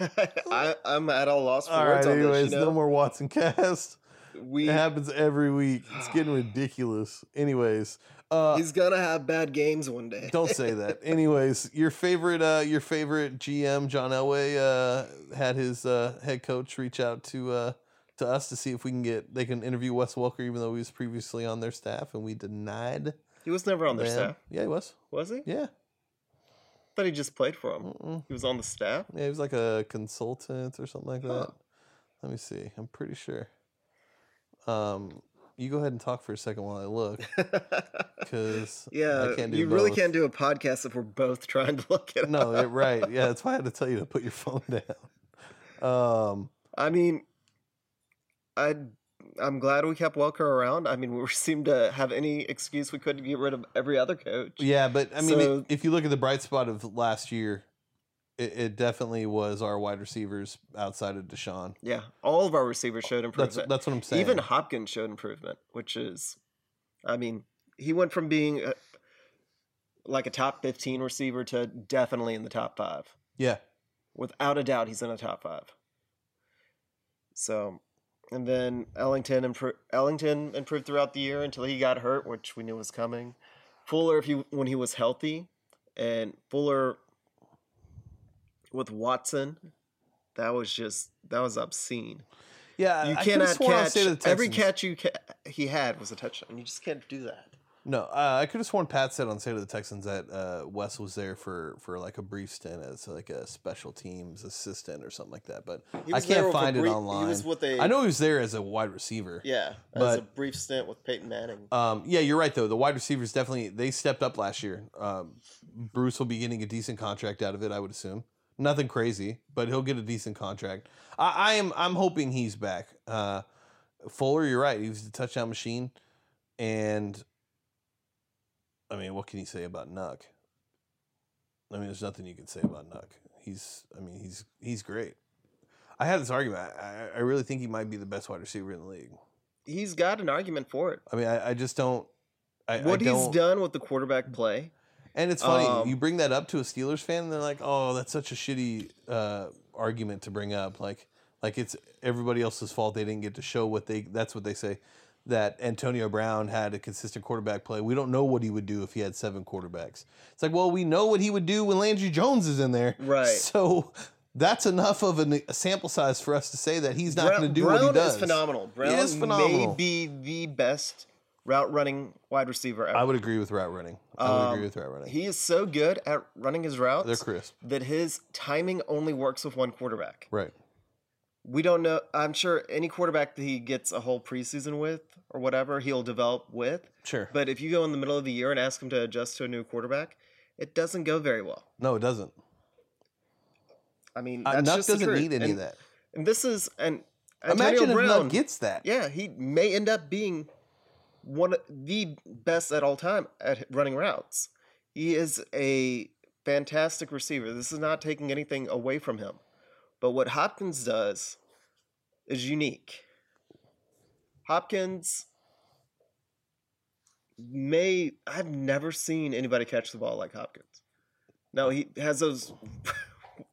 C: I, I'm at a loss for
B: All right,
C: words on this.
B: anyways,
C: You
B: no
C: know?
B: more Watson cast.
G: We
B: It happens every week. It's getting ridiculous. Anyways, uh,
G: he's gonna have bad games one day.
B: [LAUGHS] don't say that. Anyways, your favorite, uh, your favorite GM, John Elway, uh, had his uh, head coach reach out to uh, to us to see if we can get they can interview Wes Welker, even though he was previously on their staff, and we denied.
C: He was never on their
B: them.
C: staff,
B: Yeah, he was.
C: was he?
B: Yeah,
C: thought he just played for him.
B: Mm-mm.
C: He was on the staff.
B: yeah, he was like a consultant or something like
C: Huh.
B: that. Let me see. I'm pretty sure. Um, you go ahead and talk for a second while I
C: [LAUGHS]
B: look, because
G: Yeah,
B: I can't do
G: you really
B: both.
G: can't do a podcast if we're both trying
C: [LAUGHS]
G: to look at.
B: no, it, right. Yeah, that's why I had to tell you to put your phone [LAUGHS] down. Um,
C: I mean, I I'm glad we kept Welker around. I mean, we [LAUGHS] seemed to have any excuse we could to get rid of every other coach.
B: yeah, but I mean,
C: So-
B: if you look at the bright spot of last year, it, it definitely was our wide receivers outside of Deshaun.
C: Yeah, all of our receivers showed
B: That's
C: improvement.
B: that's what I'm saying.
C: Even Hopkins showed improvement, which is, I mean, he went from being uh like a top 15 receiver to definitely in the top five.
B: yeah,
C: Without a doubt, he's in the top five. So, and then Ellington, impro- Ellington improved throughout the year until he got hurt, which we knew was coming. Fuller, if he when he was healthy, and Fuller with Watson, that was just that was obscene.
B: yeah.
C: You
B: I could've
C: cannot
B: sworn I was
C: catch
B: saying to the
C: every
B: Texans-
C: catch you ca- he had was a touchdown. You just can't do that.
B: No, uh, I could have sworn Pat said on State of the Texans that uh, Wes was there for for like a brief stint as like a special teams assistant or something like that. But
G: He
B: I
G: was there
B: can't
G: with a
B: find it
G: brief-
B: online.
G: He was with a.
B: I know he was there as a wide receiver.
G: Yeah, as
B: But-
G: a brief stint with Peyton Manning.
B: Um, yeah, you're right though. The wide receivers definitely they stepped up last year. Um, Bruce will be getting a decent contract out of it, I would assume. Nothing crazy, but he'll get a decent contract. I, I am I'm hoping he's back. Uh, Fuller, you're right. He was the touchdown machine, and I mean, what can you say about Nuck? I mean, there's nothing you can say about Nuck. He's I mean he's he's great. I had this argument. I, I- I really think he might be the best wide receiver in the league.
C: He's got an argument for it.
B: I mean, I, I just don't. I,
C: What
B: I
C: he's
B: don't,
C: done with the quarterback play,
B: and it's funny
C: um,
B: you bring that up to a Steelers fan, and they're like, "Oh, that's such a shitty uh, argument to bring up." Like, like it's everybody else's fault they didn't get to show what they. That's what they say. That Antonio Brown had a consistent quarterback play. We don't know what he would do if he had seven quarterbacks. It's like, well, we know what he would do when Landry Jones is in there,
C: Right.
B: [LAUGHS] So that's enough of an, a sample size for us to say that he's not going to do
C: Brown
B: what he does.
C: is phenomenal. Brown
B: is phenomenal.
C: may be the best route running wide receiver ever.
B: I would agree with route running. I would agree
C: Um,
B: with route running.
C: he is so good at running his routes
B: They're crisp,
C: that his timing only works with one quarterback.
B: right?
C: We don't know. I'm sure any quarterback that he gets a whole preseason with or whatever, he'll develop with.
B: Sure.
C: But if you go in the middle of the year and ask him to adjust to a new quarterback, it doesn't go very well.
B: No, it doesn't.
C: I mean,
B: Uh,
C: that's
B: Nuck
C: just the
B: doesn't
C: truth.
B: need any
C: and,
B: of that.
C: And this is and
B: Imagine
C: Antonio
B: if
C: Brown,
B: Nuck gets that.
C: yeah, he may end up being one of the best at all time at running routes. He is a fantastic receiver. This is not taking anything away from him. But what Hopkins does is unique. Hopkins may I've never seen anybody catch the ball like Hopkins. Now he has those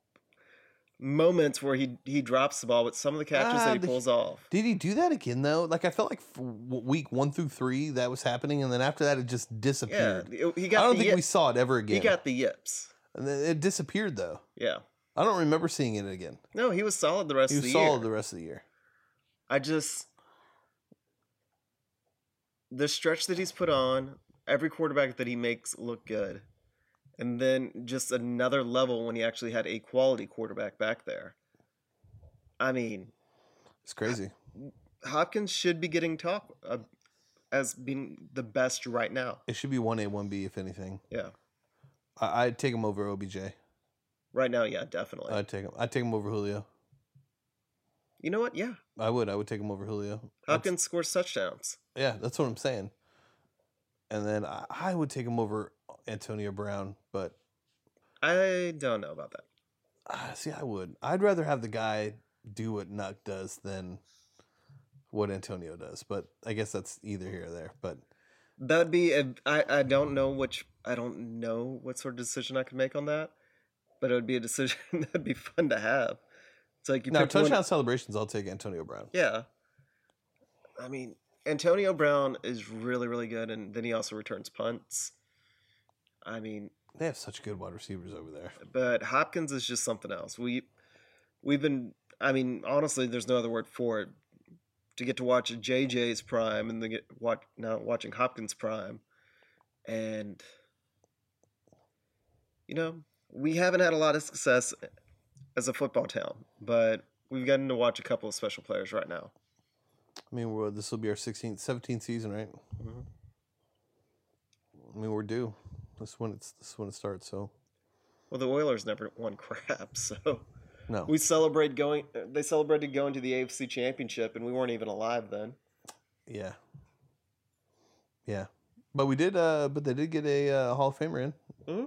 C: [LAUGHS] moments where he he drops the ball, but some of the catches
B: Ah,
C: that he
B: the-
C: pulls off.
B: Did he do that again though? Like I felt like f- w- week one through three that was happening, and then after that it just
C: Yeah,
B: disappeared.
C: it- he
B: I
C: got.
B: don't
C: the
B: think
C: yip-
B: we saw it ever again.
C: He got the yips.
B: And then it disappeared though.
C: Yeah.
B: I don't remember seeing it again.
C: No, he was solid the rest
B: You
C: of the
B: saw
C: year.
B: the rest of the year.
C: I just the stretch that he's put on, every quarterback that he makes look good, and then just another level when he actually had a quality quarterback back there. I mean,
B: It's crazy.
C: Hopkins should be getting talk uh, as being the best right now.
B: It should be one A, one B, if anything.
C: Yeah,
B: I, I'd take him over OBJ.
C: right now, yeah, definitely.
B: I'd take him. I'd take him over Julio.
C: you know what? Yeah,
B: I would. I would take him over Julio. That's-
C: Hopkins scores touchdowns.
B: yeah, that's what I'm saying. And then I, I would take him over Antonio Brown, but
C: I don't know about that.
B: uh, see, I would. I'd rather have the guy do what Nuck does than what Antonio does. But I guess that's either here or there. But
C: That'd be a, I, I don't know which I don't know what sort of decision I could make on that, but it would be a decision [LAUGHS] that'd be fun to have. It's like you
B: now
C: picked one-
B: touchdown celebrations, I'll take Antonio Brown.
C: Yeah. I mean, Antonio Brown is really, really good, and then he also returns punts. I mean,
B: They have such good wide receivers over there.
C: but Hopkins is just something else. We we've been I mean, honestly, there's no other word for it. To get to watch JJ's prime and then get watch now watching Hopkins prime, and you know we haven't had a lot of success as a football town, but we've gotten to watch a couple of special players right now.
B: I mean, we're, this will be our 16th, 17th season, right?
C: Mhm.
B: I mean, we're due. This is when it's this is when it starts. So
C: Well, the Oilers never won crap, [LAUGHS] so
B: no,
C: we celebrate going. They celebrated going to the AFC Championship, and we weren't even alive then.
B: yeah, yeah. But we did. Uh, but they did get a uh, Hall of Famer in
C: hmm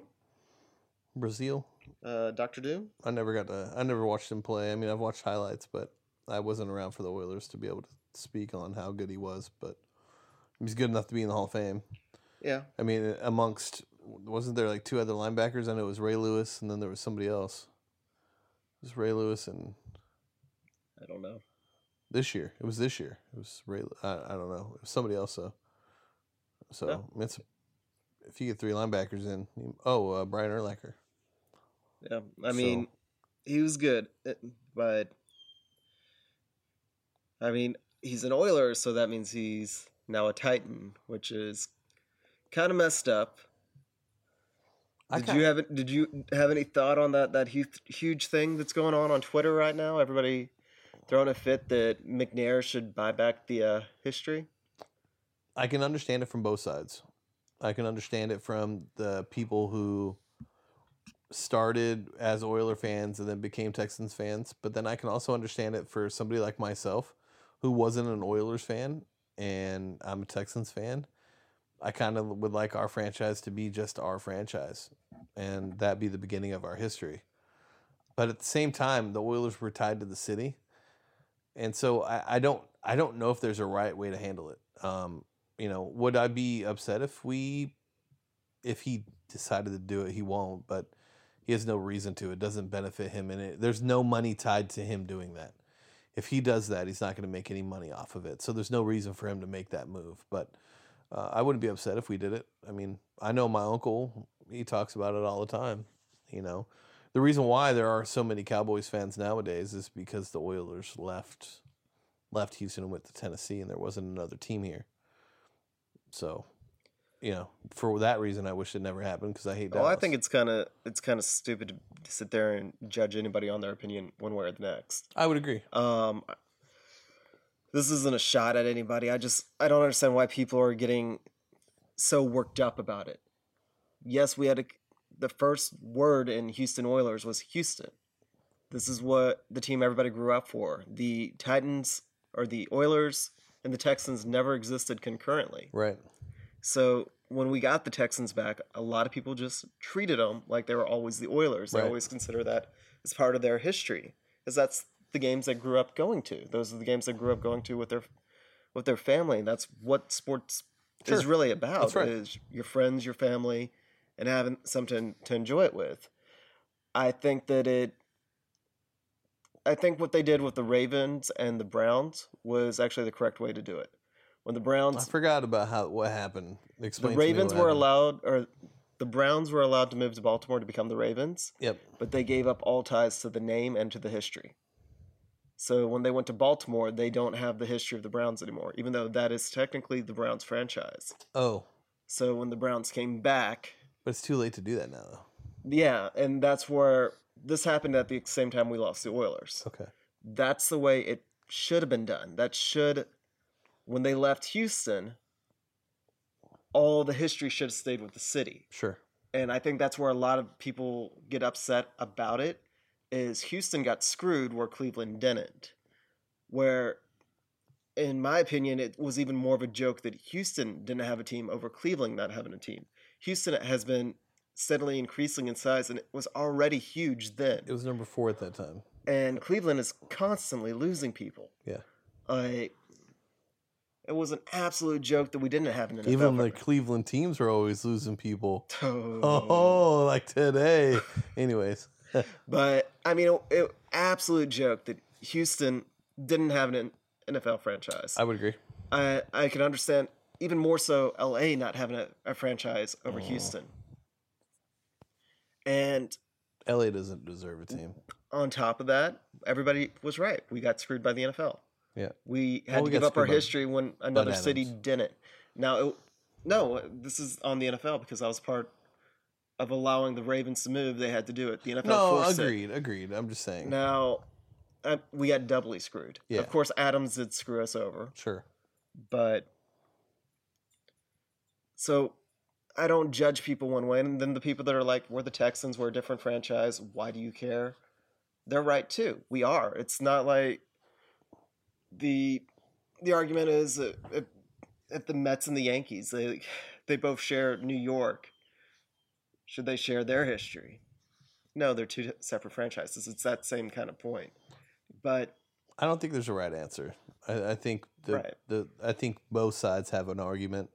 B: Brazil.
C: Uh, Doctor Doom.
B: I never got to. I never watched him play. I mean, I've watched highlights, but I wasn't around for the Oilers to be able to speak on how good he was. But he's good enough to be in the Hall of Fame.
C: Yeah,
B: I mean, amongst wasn't there like two other linebackers? I know it was Ray Lewis, and then there was somebody else. It was Ray Lewis, and
C: I don't know.
B: this year it was this year it was Ray. I, I don't know. It was somebody else though. So
C: Yeah.
B: I mean, it's if you get three linebackers in. you- Oh, uh, Brian Urlacher.
C: Yeah, I
B: So-
C: mean, he was good, uh, but I mean, he's an Oiler, so that means he's now a Titan, which is kind of messed up.
B: I
C: Did
B: kinda-
C: you have Did you have any thought on that that huge, huge thing that's going on on Twitter right now? Everybody throwing a fit that McNair should buy back the uh, history.
B: I can understand it from both sides. I can understand it from the people who started as Oiler fans and then became Texans fans, but then I can also understand it for somebody like myself who wasn't an Oilers fan and I'm a Texans fan. I kind of would like our franchise to be just our franchise and that be the beginning of our history. But at the same time, the Oilers were tied to the city. And so I, I don't I don't know if there's a right way to handle it. Um, you know, would I be upset if we, if he decided to do it? He won't, but he has no reason to. It doesn't benefit him, and it, there's no money tied to him doing that. If he does that, he's not going to make any money off of it. So there's no reason for him to make that move. But uh, I wouldn't be upset if we did it. I mean, I know my uncle. He talks about it all the time. You know, the reason why there are so many Cowboys fans nowadays is because the Oilers left left Houston and went to Tennessee, and there wasn't another team here. So, you know, for that reason, I wish it never happened because I hate.
C: Well, Oh, I
B: Dallas.
C: think it's kind of it's kind of stupid to sit there and judge anybody on their opinion one way or the next.
B: I would agree.
C: Um, this isn't a shot at anybody. I just I don't understand why people are getting so worked up about it. Yes, we had a, the first word in Houston Oilers was Houston. This is what the team everybody grew up for. The Titans or the Oilers and the Texans never existed concurrently.
B: Right.
C: So when we got the Texans back, a lot of people just treated them like they were always the Oilers. They
B: Right.
C: always consider that as part of their history, as that's the games they grew up going to. Those are the games they grew up going to with their with their family. And that's what sports is
B: Sure.
C: really about:
B: That's right.
C: is your friends, your family, and having something to enjoy it with. I think that it. I think what they did with the Ravens and the Browns was actually the correct way to do it. When the
B: I
C: Browns
B: forgot about how what happened.
C: the
B: Explain. to me
C: Ravens
B: what
C: were
B: happened.
C: allowed, or the Browns were allowed to move to Baltimore to become the Ravens,
B: Yep.
C: but they gave up all ties to the name and to the history. So when they went to Baltimore, they don't have the history of the Browns anymore, even though that is technically the Browns franchise.
B: Oh,
C: So when the Browns came back,
B: But it's too late to do that now. though.
C: Yeah, and that's where this happened at the same time we lost the Oilers.
B: Okay.
C: That's the way it should have been done. That should, when they left Houston, all the history should have stayed with the city.
B: Sure.
C: And I think that's where a lot of people get upset about it is Houston got screwed where Cleveland didn't. Where in my opinion it was even more of a joke that Houston didn't have a team over Cleveland not having a team. Houston has been steadily increasing in size and it was already huge then
B: It was number four at that time.
C: and Cleveland is constantly losing people.
B: Yeah.
C: I. It was an absolute joke that we didn't have an NFL.
B: Even the
C: program.
B: Cleveland teams were always losing people.
C: Oh.
B: Oh, like today. [LAUGHS] Anyways,
C: But I mean, it, it, absolute joke that Houston didn't have an NFL franchise.
B: I would agree.
C: I I can understand even more so LA not having a, a franchise over
B: Mm.
C: Houston. And
B: LA doesn't deserve a team.
C: on top of that, everybody was right. We got screwed by the NFL.
B: Yeah.
C: We had
B: Well, we
C: to give
B: got
C: up our
B: screwed by
C: history when another city
B: Adams.
C: didn't. Now, it, no, this is on the NFL because I was part of allowing the Ravens to move. They had to do it. The NFL
B: No,
C: forced it.
B: agreed, agreed. I'm just saying.
C: Now, uh, we got doubly screwed.
B: Yeah.
C: Of course, Adams did screw us over,
B: Sure.
C: but so I don't judge people one way, and then the people that are like, "We're the Texans. We're a different franchise. Why do you care?" They're right too. We are. It's not like the the argument is uh, if, if the Mets and the Yankees they they both share New York, should they share their history? No, they're two separate franchises. It's that same kind of point, but
B: I don't think there's a right answer. I, I think the,
C: Right.
B: the I think both sides have an argument.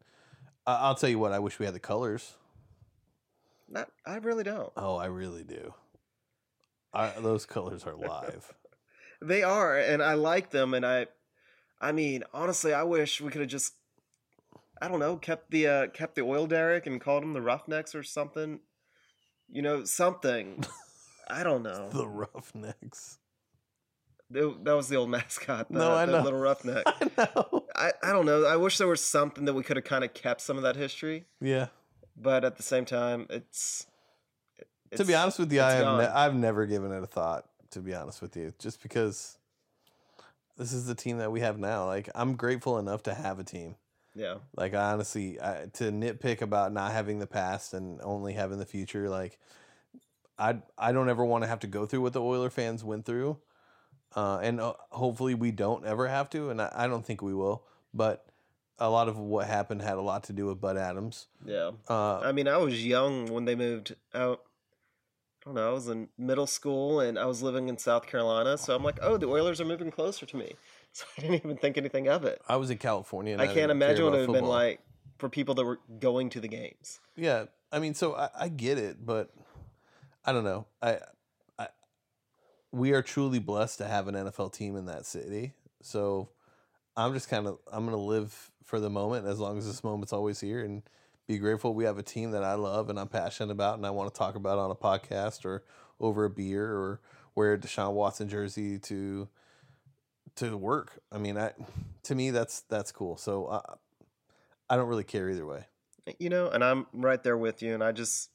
B: I, I'll tell you what. I wish we had the colors.
C: not. I really don't.
B: Oh, I really do. I, those colors are
C: [LAUGHS]
B: live.
C: They are, and I like them. And I, I mean, honestly, I wish we could have just, I don't know, kept the uh, kept the oil derrick and called them the Roughnecks or something. You
B: [LAUGHS]
C: know, something. I don't know.
B: the Roughnecks.
C: Th- that was the old [LAUGHS] mascot. The,
B: No, I
C: the
B: know.
C: little roughneck.
B: I know.
C: [LAUGHS] I, I don't know. I wish there was something that we could have kind of kept some of that history,
B: Yeah.
C: but at the same time, it's.
B: to be
C: it's-
B: honest with you,
C: it's
B: I have
C: gone.
B: ne- I've never given it a thought. To be honest with you, just because this is the team that we have now. Like I'm grateful enough to have a team.
C: yeah,
B: Like I honestly, I, to nitpick about not having the past and only having the future, like I I don't ever want to have to go through what the Oiler fans went through, uh, and uh, hopefully we don't ever have to, and I, I don't think we will. But a lot of what happened had a lot to do with Bud Adams.
C: yeah.
B: Uh,
C: I mean, I was young when they moved out. I don't know. I was in middle school and I was living in South Carolina, so I'm like, oh, the Oilers are moving closer to me. [LAUGHS] So I didn't even think anything of it.
B: I was in California. And
C: I can't
B: didn't care
C: imagine what
B: about
C: it would have been
B: football.
C: like for people that were going to the games.
B: Yeah, I mean, so I, I get it, but I don't know. I, I, we are truly blessed to have an NFL team in that city. So I'm just kind of I'm gonna live for the moment as long as this moment's always here and be grateful we have a team that I love and I'm passionate about and I want to talk about on a podcast or over a beer or wear a Deshaun Watson jersey to to work. I mean, I to me that's that's cool. So I I don't really care either way.
C: You know, and I'm right there with you. And I just,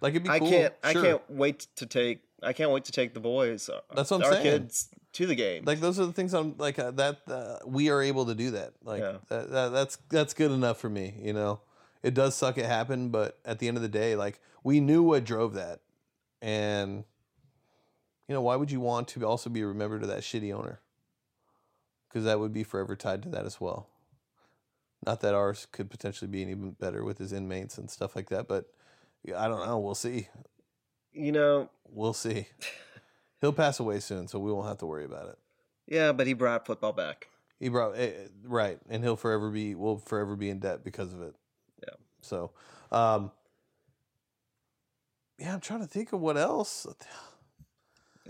B: Like it'd be
C: I
B: cool.
C: can't, I
B: sure.
C: can't wait to take, I can't wait to take the boys, uh,
B: That's what I'm
C: our
B: saying.
C: kids to the game.
B: like those are the things i'm like uh, that uh, we are able to do that like
C: Yeah.
B: that, that, that's that's good enough for me you know it does suck it happened but at the end of the day like we knew what drove that and you know why would you want to also be remembered to that shitty owner because that would be forever tied to that as well not that ours could potentially be any better with his inmates and stuff like that but yeah, i don't know we'll see
C: you know,
B: we'll see he'll pass away soon so we won't have to worry about it
C: yeah, but he brought football back.
B: He brought eh, eh, right, and he'll forever be will forever be in debt because of it.
C: Yeah.
B: So, um, yeah, I'm trying to think of what else.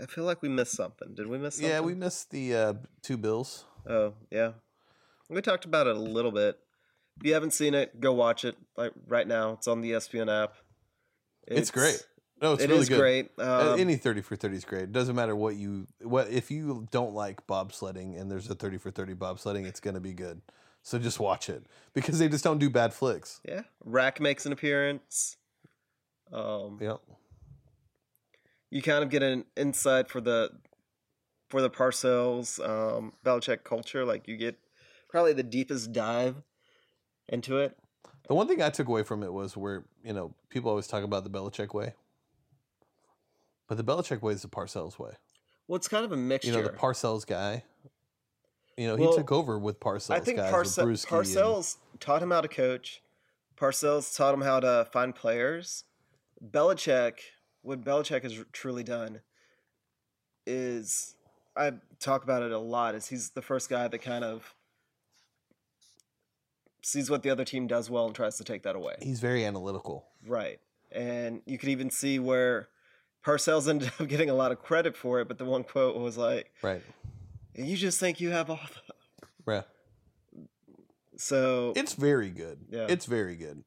C: I feel like we missed something. Did we miss something?
B: Yeah, we missed the uh, two bills.
C: Oh, yeah. We talked about it a little bit. If you haven't seen it, go watch it. Like right now, it's on the E ESPN app.
B: It's, great. No, it's
C: It's
B: really good.
C: great.
B: Uh,
C: Um,
B: Any thirty for thirty is great. It doesn't matter what you what if you don't like bobsledding and there's a thirty for thirty bobsledding, it's gonna be good. So just watch it because they just don't do bad flicks.
C: yeah. Rack makes an appearance. Um,
B: Yep.
C: You kind of get an insight for the for the Parcells um, Belichick culture. Like you get probably the deepest dive into it.
B: The one thing I took away from it was where you know people always talk about the Belichick way, but the Belichick way is the Parcells way.
C: Well, it's kind of a mixture.
B: You know, the Parcells guy. You know,
C: Well,
B: he took over with Parcells.
C: I think
B: guys,
C: Parce-
B: with Brewski and-
C: Parcells taught him how to coach. Parcells taught him how to find players. Belichick, what Belichick has truly done is, I talk about it a lot, is he's the first guy that kind of sees what the other team does well and tries to take that away.
B: he's very analytical.
C: Right. And you could even see where Parcells [LAUGHS] ended up getting a lot of credit for it, but the one quote was like,
B: Right.
C: you just think you have all the...
B: Yeah.
C: So
B: It's very good.
C: Oh. Yeah.
B: It's very good.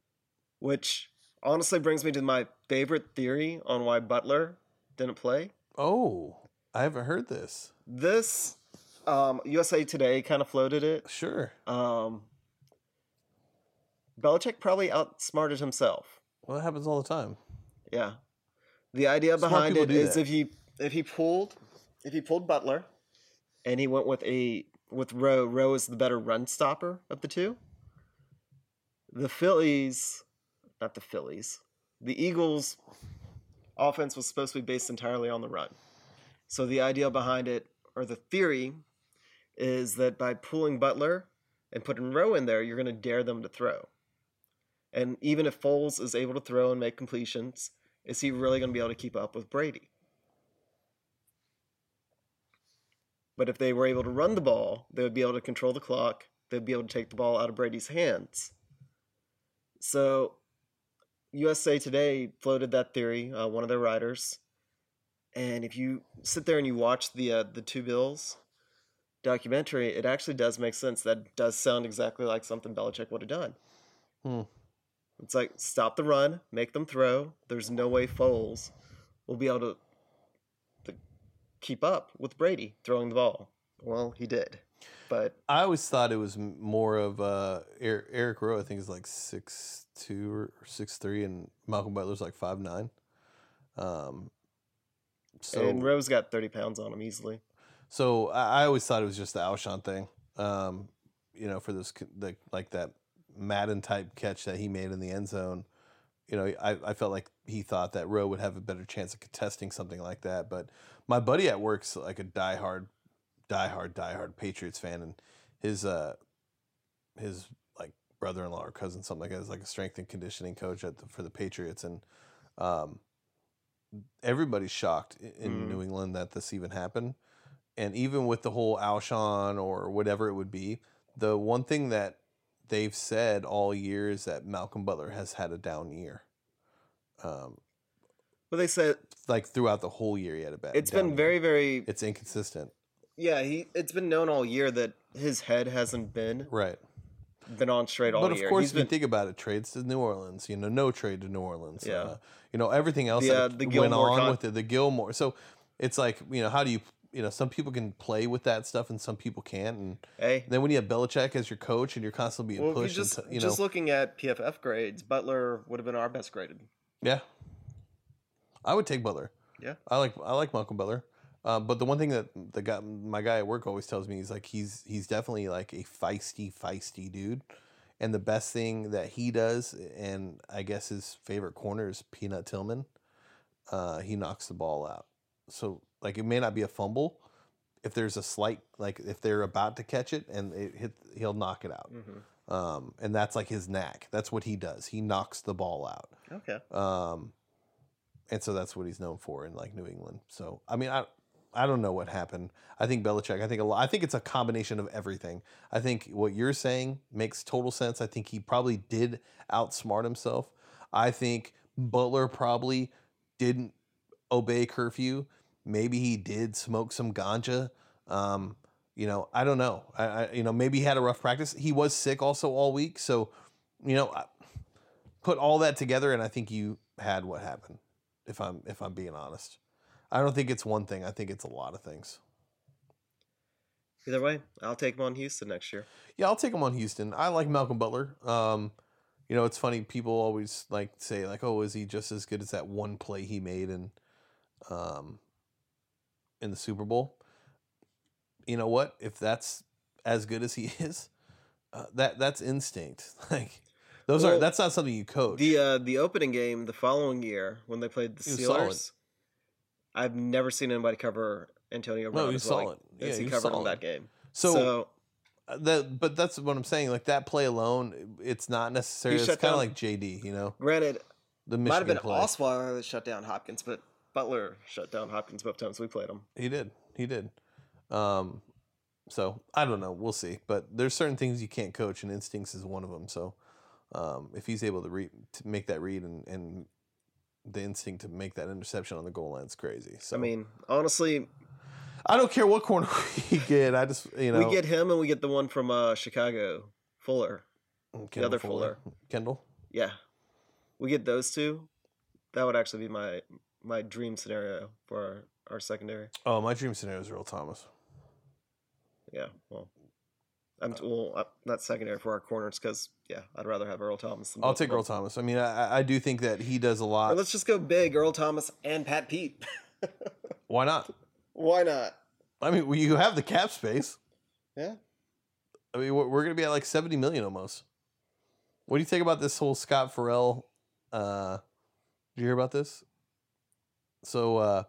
C: which honestly brings me to my favorite theory on why Butler didn't play.
B: Oh, I haven't heard this.
C: This um, USA Today kind of floated it.
B: Sure.
C: Um, Belichick probably outsmarted himself.
B: Well, it happens all the time.
C: Yeah, the idea
B: Smart
C: behind
B: people
C: it
B: do
C: is
B: that.
C: if he if he pulled if he pulled Butler, and he went with a with Rowe. Rowe is the better run stopper of the two. The Phillies, not the Phillies, the Eagles' offense was supposed to be based entirely on the run. So the idea behind it, or the theory, is that by pulling Butler and putting Rowe in there, you're going to dare them to throw. And even if Foles is able to throw and make completions, is he really going to be able to keep up with Brady? But if they were able to run the ball, they would be able to control the clock. They'd be able to take the ball out of Brady's hands. So, USA Today floated that theory, uh, one of their writers. And if you sit there and you watch the uh, the two Bills documentary, it actually does make sense. That does sound exactly like something Belichick would have done.
B: Hmm.
C: It's like stop the run, make them throw. There's no way Foles will be able to keep up with Brady throwing the ball. Well, he did, but
B: I always thought it was m- more of uh, Eric, Eric Rowe. I think is like six two or six three, and Malcolm Butler's like five nine. Um, so
C: and Rose got thirty pounds on him easily.
B: so I, I always thought it was just the Alshon thing. Um, you know, for those c- the, like that Madden type catch that he made in the end zone. You know, I, I felt like he thought that Rowe would have a better chance of contesting something like that. But my buddy at work's like a diehard, diehard, diehard Patriots fan, and his uh, his like brother in law or cousin something like that is like a strength and conditioning coach at the, for the Patriots, and um, everybody's shocked i- in
C: Mhm.
B: New England that this even happened. And even with the whole Alshon or whatever it would be, the one thing that they've said all year is that Malcolm Butler has had a down year. Um,
C: But they said
B: like throughout the whole year, he had a bad.
C: it's
B: down
C: been
B: year.
C: very, very
B: It's inconsistent,
C: yeah. He it's been known all year that his head hasn't been
B: right?
C: been on straight all
B: But of
C: year.
B: course,
C: He's
B: if you
C: been-
B: think about it, trades to New Orleans, you know, no trade to New Orleans.
C: Yeah.
B: Uh, you know, everything else
C: The, uh,
B: that
C: the
B: went
C: Gilmore
B: on
C: con-
B: with it, the Gilmore. So it's like, you know, how do you, you know, some people can play with that stuff and some people can't. And
C: hey.
B: then when you have Belichick as your coach and you're constantly being
C: Well, if you
B: pushed,
C: just
B: and t- you know,
C: just looking at PFF grades, Butler would have been our best graded.
B: yeah, I would take Butler.
C: Yeah.
B: I like I like Malcolm Butler. Uh, but the one thing that the guy, my guy at work always tells me is like he's he's definitely like a feisty feisty dude, and the best thing that he does, and I guess his favorite corner is Peanut Tillman. Uh, he knocks the ball out, so like it may not be a fumble. If there's a slight like if they're about to catch it and it hit, he'll knock it out. Um, and that's like his knack. That's what he does. He knocks the ball out.
C: Okay.
B: Um, and so that's what he's known for in like New England. So I mean, I I don't know what happened. I think Belichick. I think a lot. I think it's a combination of everything. I think what you're saying makes total sense. I think he probably did outsmart himself. I think Butler probably didn't obey curfew. Maybe he did smoke some ganja. Um, you know, I don't know. I, I you know maybe he had a rough practice. He was sick also all week. So, you know, I, put all that together, and I think you had what happened. If I'm if I'm being honest, I don't think it's one thing. I think it's a lot of things.
C: Either way, I'll take him on Houston next year.
B: Yeah, I'll take him on Houston. I like Malcolm Butler. Um, you you know, it's funny. People always like say like, "Oh, is he just as good as that one play he made in, um, in the Super Bowl?" You know what? If that's as good as he [LAUGHS] is, uh, that that's instinct. [LAUGHS] Like those are
C: Well,
B: that's not something you coach.
C: The uh, the opening game the following year when they played the
B: He was solid.
C: Steelers, I've never seen anybody cover Antonio Brown.
B: no, you
C: as
B: saw
C: well
B: it.
C: as
B: Yeah,
C: he
B: you
C: covered
B: saw
C: in that
B: it.
C: game.
B: So,
C: so
B: uh, that, but that's what I'm saying. Like that play alone, it's not necessarily. It's
C: shut
B: kind of
C: down-
B: like JD. You know,
C: granted,
B: the
C: might
B: Michigan
C: have been
B: play.
C: Osweiler that shut down Hopkins, but Butler shut down Hopkins both times we played him.
B: He did. He did. Um, so I don't know. We'll see. But there's certain things you can't coach, and instincts is one of them. So um, if he's able to, re- to make that read and, and the instinct to make that interception on the goal line is crazy. So
C: I mean, honestly,
B: I don't care what corner [LAUGHS] we get. I just you know
C: we get him and we get the one from uh, Chicago, Fuller.
B: Kendall
C: other
B: Kendall.
C: Yeah, we get those two. That would actually be my my dream scenario for our, our secondary.
B: Oh, my dream scenario is Earl Thomas.
C: Yeah, well, I'm well uh, not secondary for our corners because yeah, I'd rather have Earl Thomas. Than
B: I'll
C: both of
B: take Earl
C: them.
B: Thomas. I mean, I, I- I do think that he does a
G: Or
B: lot.
G: let's just go big, Earl Thomas and Pat Pete.
C: [LAUGHS]
B: Why not?
G: Why not?
B: I mean, well, you have the cap space.
G: Yeah.
B: I mean, we're, we're going to be at like 70 million almost. What do you think about this whole Scott Farrell? Uh, did you hear about this? So, uh,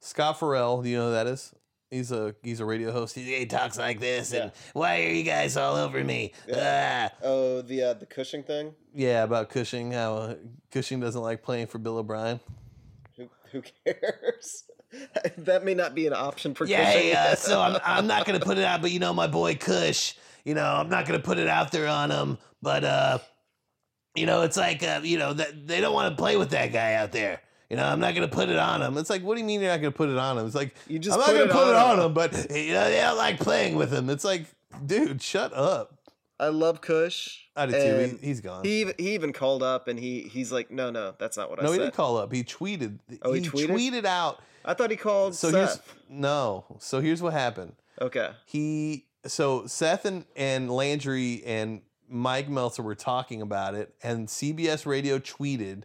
B: Scott Farrell, do you know who that is? He's a he's a radio host. He, he talks like this, and why are you guys all over me? Yeah,
G: Oh, the uh, the Cushing thing.
B: yeah about Cushing. How uh, Cushing doesn't like playing for Bill O'Brien.
G: Who, who cares?
C: [LAUGHS] that may not be an option for
B: Yeah,
C: Cushing.
B: hey, uh, so I'm, I'm not gonna put it out, but you know my boy Kush, you know I'm not gonna put it out there on him, but uh, you know it's like uh, you know that they don't want to play with that guy out there. You know I'm not gonna put it on him. It's like what do you mean you're not gonna put it on him? It's like
C: You just
B: I'm
C: put
B: not gonna
C: it
B: put
C: on
B: it on
C: him.
B: him, but you know they don't like playing with him. It's like dude, shut up.
C: [LAUGHS] I love Cush.
B: I did too.
C: and
B: He, uh, has gone.
C: He, ev- he even called up and he he's like, no, no, that's not what I
B: no, he
C: said.
B: didn't call up. He tweeted.
C: Oh, he tweeted?
B: tweeted out.
C: I thought he called
B: So here's
C: Seth.
B: no. So here's what happened.
C: Okay.
B: he so Seth and, and Landry and Mike Meltzer were talking about it, and CBS Radio tweeted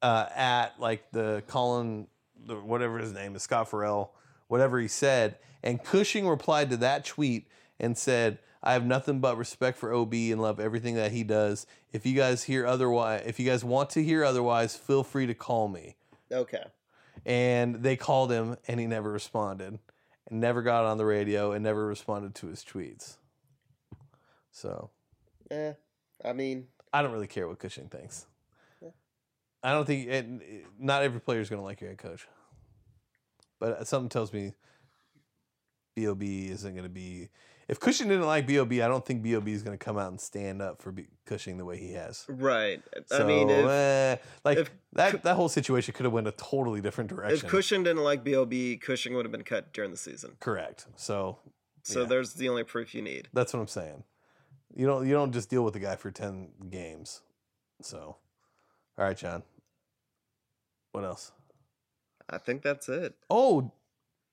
B: uh, at like the Colin, the, whatever his name is, Scott Farrell, whatever he said, and Cushing replied to that tweet and said, "I have nothing but respect for OB and love everything that he does. If you guys hear otherwise, if you guys want to hear otherwise, feel free to call me."
G: Okay.
B: and they called him and he never responded and never got on the radio and never responded to his tweets so
G: Eh. I mean,
B: i don't really care what cushing thinks i don't think and eh, not every player is going to like your head coach but uh, something tells me bob isn't going to be if cushing didn't like bob i don't think bob is going to come out and stand up for B- cushing the way he has
C: Right.
B: so,
C: I mean, if,
B: eh, like
C: if Cu-
B: that, that whole situation could have went a totally different
C: if
B: direction.
C: Cushing didn't like BOB, Cushing would have been cut during the season.
B: Correct. So
C: So
B: Yeah.
C: there's the only proof you need.
B: That's what I'm saying. You don't you don't just deal with the guy for ten games. So, all right, John. What else?
C: I think that's it.
B: Oh,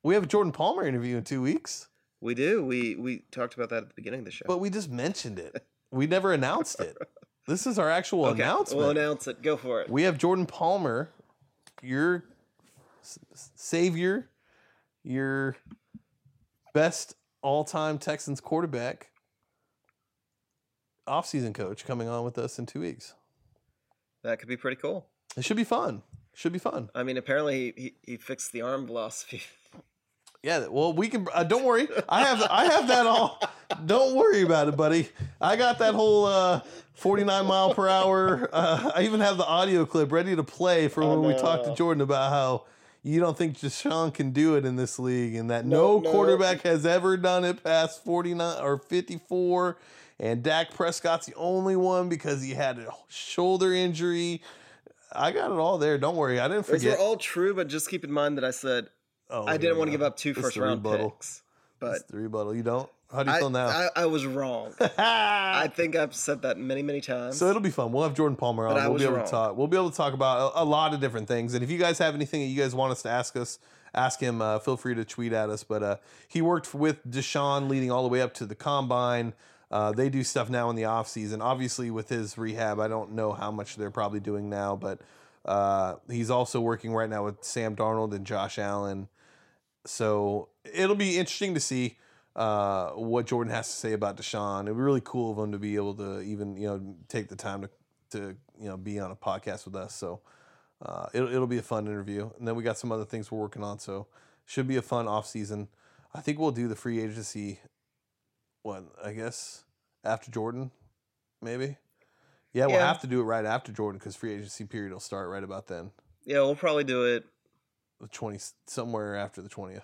B: we have a Jordan Palmer interview in two weeks,
C: We do. We we talked about that at the beginning of the show.
B: but we just mentioned it. We never announced
C: [LAUGHS]
B: it. This is our actual
C: Okay,
B: announcement.
C: We'll announce it. Go for it.
B: we have Jordan Palmer, your s- s- savior, your best all-time Texans quarterback, off-season coach, coming on with us in two weeks.
C: That could be pretty cool.
B: It should be fun. Should be fun.
C: I mean, apparently he, he, he fixed the arm philosophy. [LAUGHS]
B: Yeah. Well, we can. Uh, don't worry. [LAUGHS] I have. I have that all. Don't worry about it, buddy. I got that whole uh, 49 mile per hour. Uh, I even have the audio clip ready to play for when we talked to Jordan about how you don't think Deshaun can do it in this league, and that no,
G: No, no.
B: quarterback has ever done it past 49 or 54. And Dak Prescott's the only one because he had a shoulder injury. I got it all there. Don't worry. I didn't
C: Those were
B: forget.
C: all true, but just keep in mind that I said
B: Oh,
C: I
B: here
C: didn't
B: we
C: want
B: go.
C: to give up two
B: It's the
C: first round
B: rebuttal.
C: picks. But
B: It's the rebuttal. You don't? How do you
C: I,
B: feel now? [LAUGHS]
C: I, I was wrong. I think I've said that many, many times.
B: so it'll be fun. We'll have Jordan Palmer on.
C: But I
B: We'll
C: was
B: be able
C: wrong.
B: to talk. We'll be able to talk about a, a lot of different things. And if you guys have anything that you guys want us to ask us, ask him. Uh, feel free to tweet at us. But uh, he worked with Deshaun leading all the way up to the combine. Uh, they do stuff now in the off season. Obviously, with his rehab, I don't know how much they're probably doing now, but uh, he's also working right now with Sam Darnold and Josh Allen. So it'll be interesting to see uh, what Jordan has to say about Deshaun. It'd be really cool of him to be able to even you know take the time to to you know be on a podcast with us. So uh, it'll it'll be a fun interview. And then we got some other things we're working on. So should be a fun off season. I think we'll do the free agency one. I guess after Jordan, maybe. Yeah, we'll
C: Yeah.
B: have to do it right after Jordan because free agency period will start right about then,
C: Yeah, we'll probably do it.
B: the twenty somewhere after the twentieth.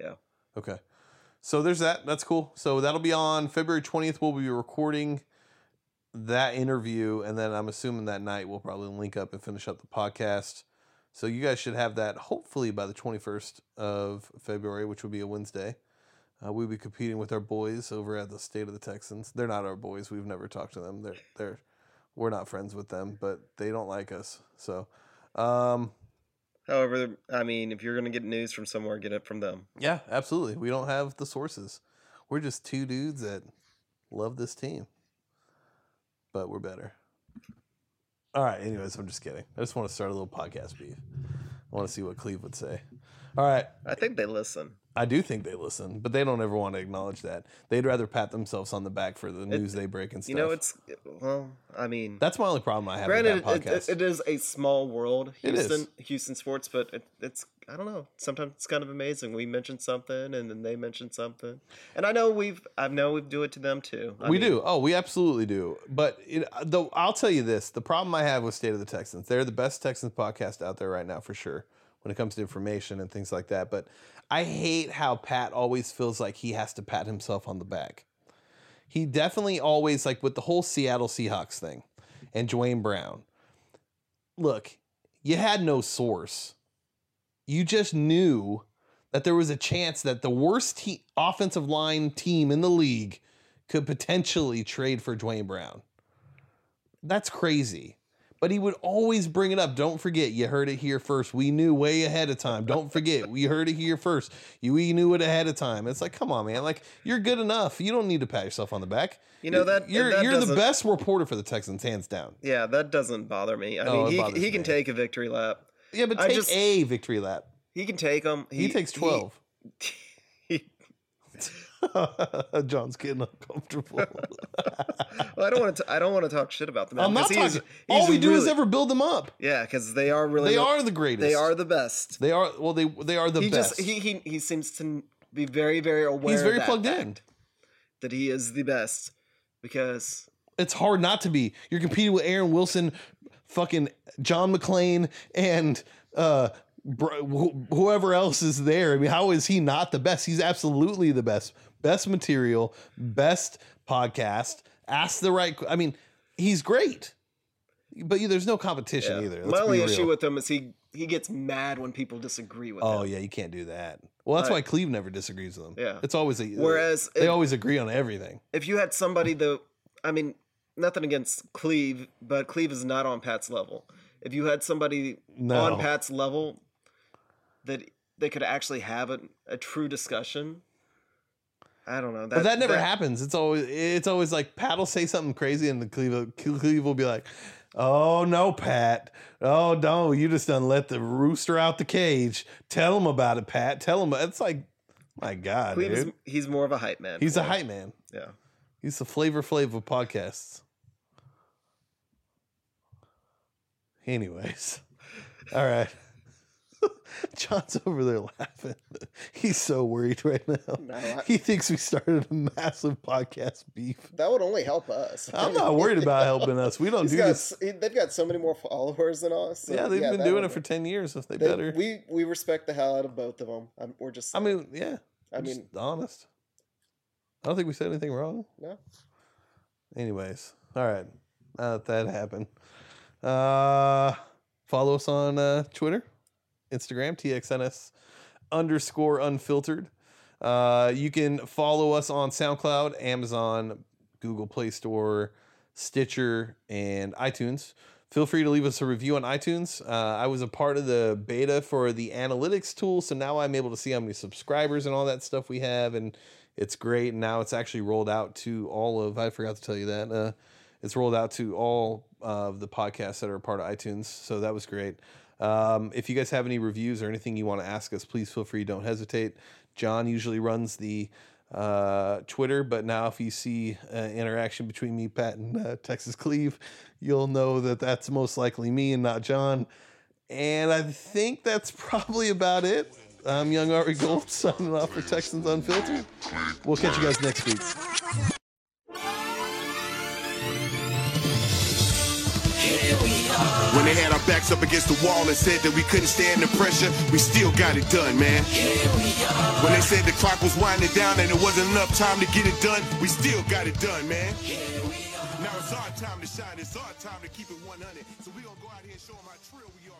C: Yeah.
B: Okay. So there's that. That's cool. So that'll be on February 20th. We'll be recording that interview. And then I'm assuming that night we'll probably link up and finish up the podcast. So you guys should have that hopefully by the 21st of February, which would be a Wednesday. Uh, we'll be competing with our boys over at the State of the Texans. They're not our boys. We've never talked to them. They're they're we're not friends with them, but they don't like us. So um,
C: However, I mean, if you're gonna get news from somewhere, get it from them.
B: yeah, absolutely. We don't have the sources. We're just two dudes that love this team, but we're better. All right. Anyways, I'm just kidding. I just want to start a little podcast beef. I want to see what Cleve would say. All right.
C: I think they listen.
B: I do think they listen, but they don't ever want to acknowledge that. They'd rather pat themselves on the back for the news they break and stuff.
C: You know, it's well, I mean,
B: that's my only problem I have
C: granted,
B: with that
C: it,
B: podcast.
C: it, it is a small world,
B: It is.
C: Houston, Houston sports, but it, it's I don't know. Sometimes it's kind of amazing. We mention something, and then they mention something, and I know we've I know we do it to them too. I
B: we
C: mean,
B: do. Oh, we absolutely do. But it, though, I'll tell you this: the problem I have with State of the Texans, they're the best Texans podcast out there right now for sure when it comes to information and things like that. But I hate how Pat always feels like he has to pat himself on the back. He definitely always like with the whole Seattle Seahawks thing and Dwayne Brown. Look, you had no source. You just knew that there was a chance that the worst te- offensive line team in the league could potentially trade for Dwayne Brown. That's crazy. But he would always bring it up. Don't forget, you heard it here first. We knew way ahead of time. Don't forget, we heard it here first. You we knew it ahead of time. It's like, come on, man. Like you're good enough. You don't need to pat yourself on the back.
C: You know that
B: you're
C: that
B: you're the
C: doesn't-
B: best reporter for the Texans, hands down.
C: Yeah, that doesn't bother me. I
B: No, it
C: mean,
B: bothers
C: he he can
B: me.
C: take a victory lap.
B: Yeah, but
C: I
B: take
C: just-
B: a victory lap.
C: He can take them.
B: He, takes
C: [LAUGHS]
B: twelve.
C: he-
B: John's getting uncomfortable.
C: well, I don't want to. I don't want to talk shit about
B: [LAUGHS]
C: them.
B: I'm not talking.
C: because he's-
B: all
C: he's
B: we do is
C: really-
B: ever build them up.
C: Yeah, because they are really.
B: They are the greatest.
C: They are the best.
B: They are well. They they are the
C: he
B: best.
C: just he, he he seems to be very very aware.
B: He's
C: of
B: very
C: that
B: plugged
C: fact,
B: in.
C: That he is the best because
B: It's hard not to be. You're competing with Aaron Wilson, fucking John McClain, and uh, br- wh- whoever else is there. I mean, how is he not the best? He's absolutely the best. Best material, best podcast. Ask the right. I mean, he's great. But you- there's no competition
C: yeah.
B: either.
C: my
B: Let's
C: only
B: be
C: issue
B: real.
C: with him is he he gets mad when people disagree with
B: Oh
C: him.
B: yeah, you can't do that. Well, that's
C: But-
B: why Cleve never disagrees with him.
C: Yeah.
B: it's always a
C: Whereas
B: they
C: if-
B: always agree on everything.
C: If you had somebody though, I mean, nothing against Cleve, but Cleve is not on Pat's level. If you had somebody
B: No.
C: on Pat's level that they could actually have a, a true discussion, I don't know.
B: but that never happens. It's always it's always like Pat will say something crazy, and the Cleve, Cleve will be like, "Oh no, Pat! Oh no, you just done let the rooster out the cage. Tell him about it, Pat. Tell him." It's like, my God,
C: Cleve is,
B: dude,
C: he's more of a hype man.
B: he's
C: for
B: a
C: me.
B: hype man.
C: Yeah.
B: He's the flavor flavor of podcasts. Anyways, [LAUGHS] all right. [LAUGHS] John's over there laughing. [LAUGHS] He's so worried right now.
G: I-
B: he thinks we started a massive podcast beef.
G: That would only help us.
B: I'm
G: [LAUGHS]
B: not worried about helping us. We don't
G: He's
B: do
G: got,
B: this.
G: s- he- they've got so many more followers than us. so
B: Yeah, they've been
G: that
B: doing
G: would-
B: it for ten years. If they,
G: they-
B: better,
G: We we respect the hell out of both of them. I'm, we're just.
B: I mean, yeah.
G: I
B: I'm just
G: mean,
B: honest. I don't think we said anything wrong.
G: No.
B: Anyways, all right. Now that that happened, uh, follow us on uh, Twitter, Instagram, TXNS underscore unfiltered. Uh, you can follow us on SoundCloud, Amazon, Google Play Store, Stitcher, and iTunes. Feel free to leave us a review on iTunes. Uh, I was a part of the beta for the analytics tool, so now I'm able to see how many subscribers and all that stuff we have, and It's great. And now it's actually rolled out to all of, I forgot to tell you that. Uh, it's rolled out to all of the podcasts that are part of iTunes. So that was great. Um, if you guys have any reviews or anything you want to ask us, please feel free. Don't hesitate. John usually runs the uh, Twitter, but now if you see uh, interaction between me, Pat, and uh, Texas Cleve, you'll know that that's most likely me and not John. And I think that's probably about it. I'm Young Ari Gold signing off for Texans Unfiltered. We'll catch you guys next week.
A: When they had our backs up against the wall and said that we couldn't stand the pressure, we still got it done, man. When they said the clock was winding down and it wasn't enough time to get it done, we still got it done, man. Now it's our time to shine, it's our time to keep it 100. So we gonna go out here and show 'em how trill we are.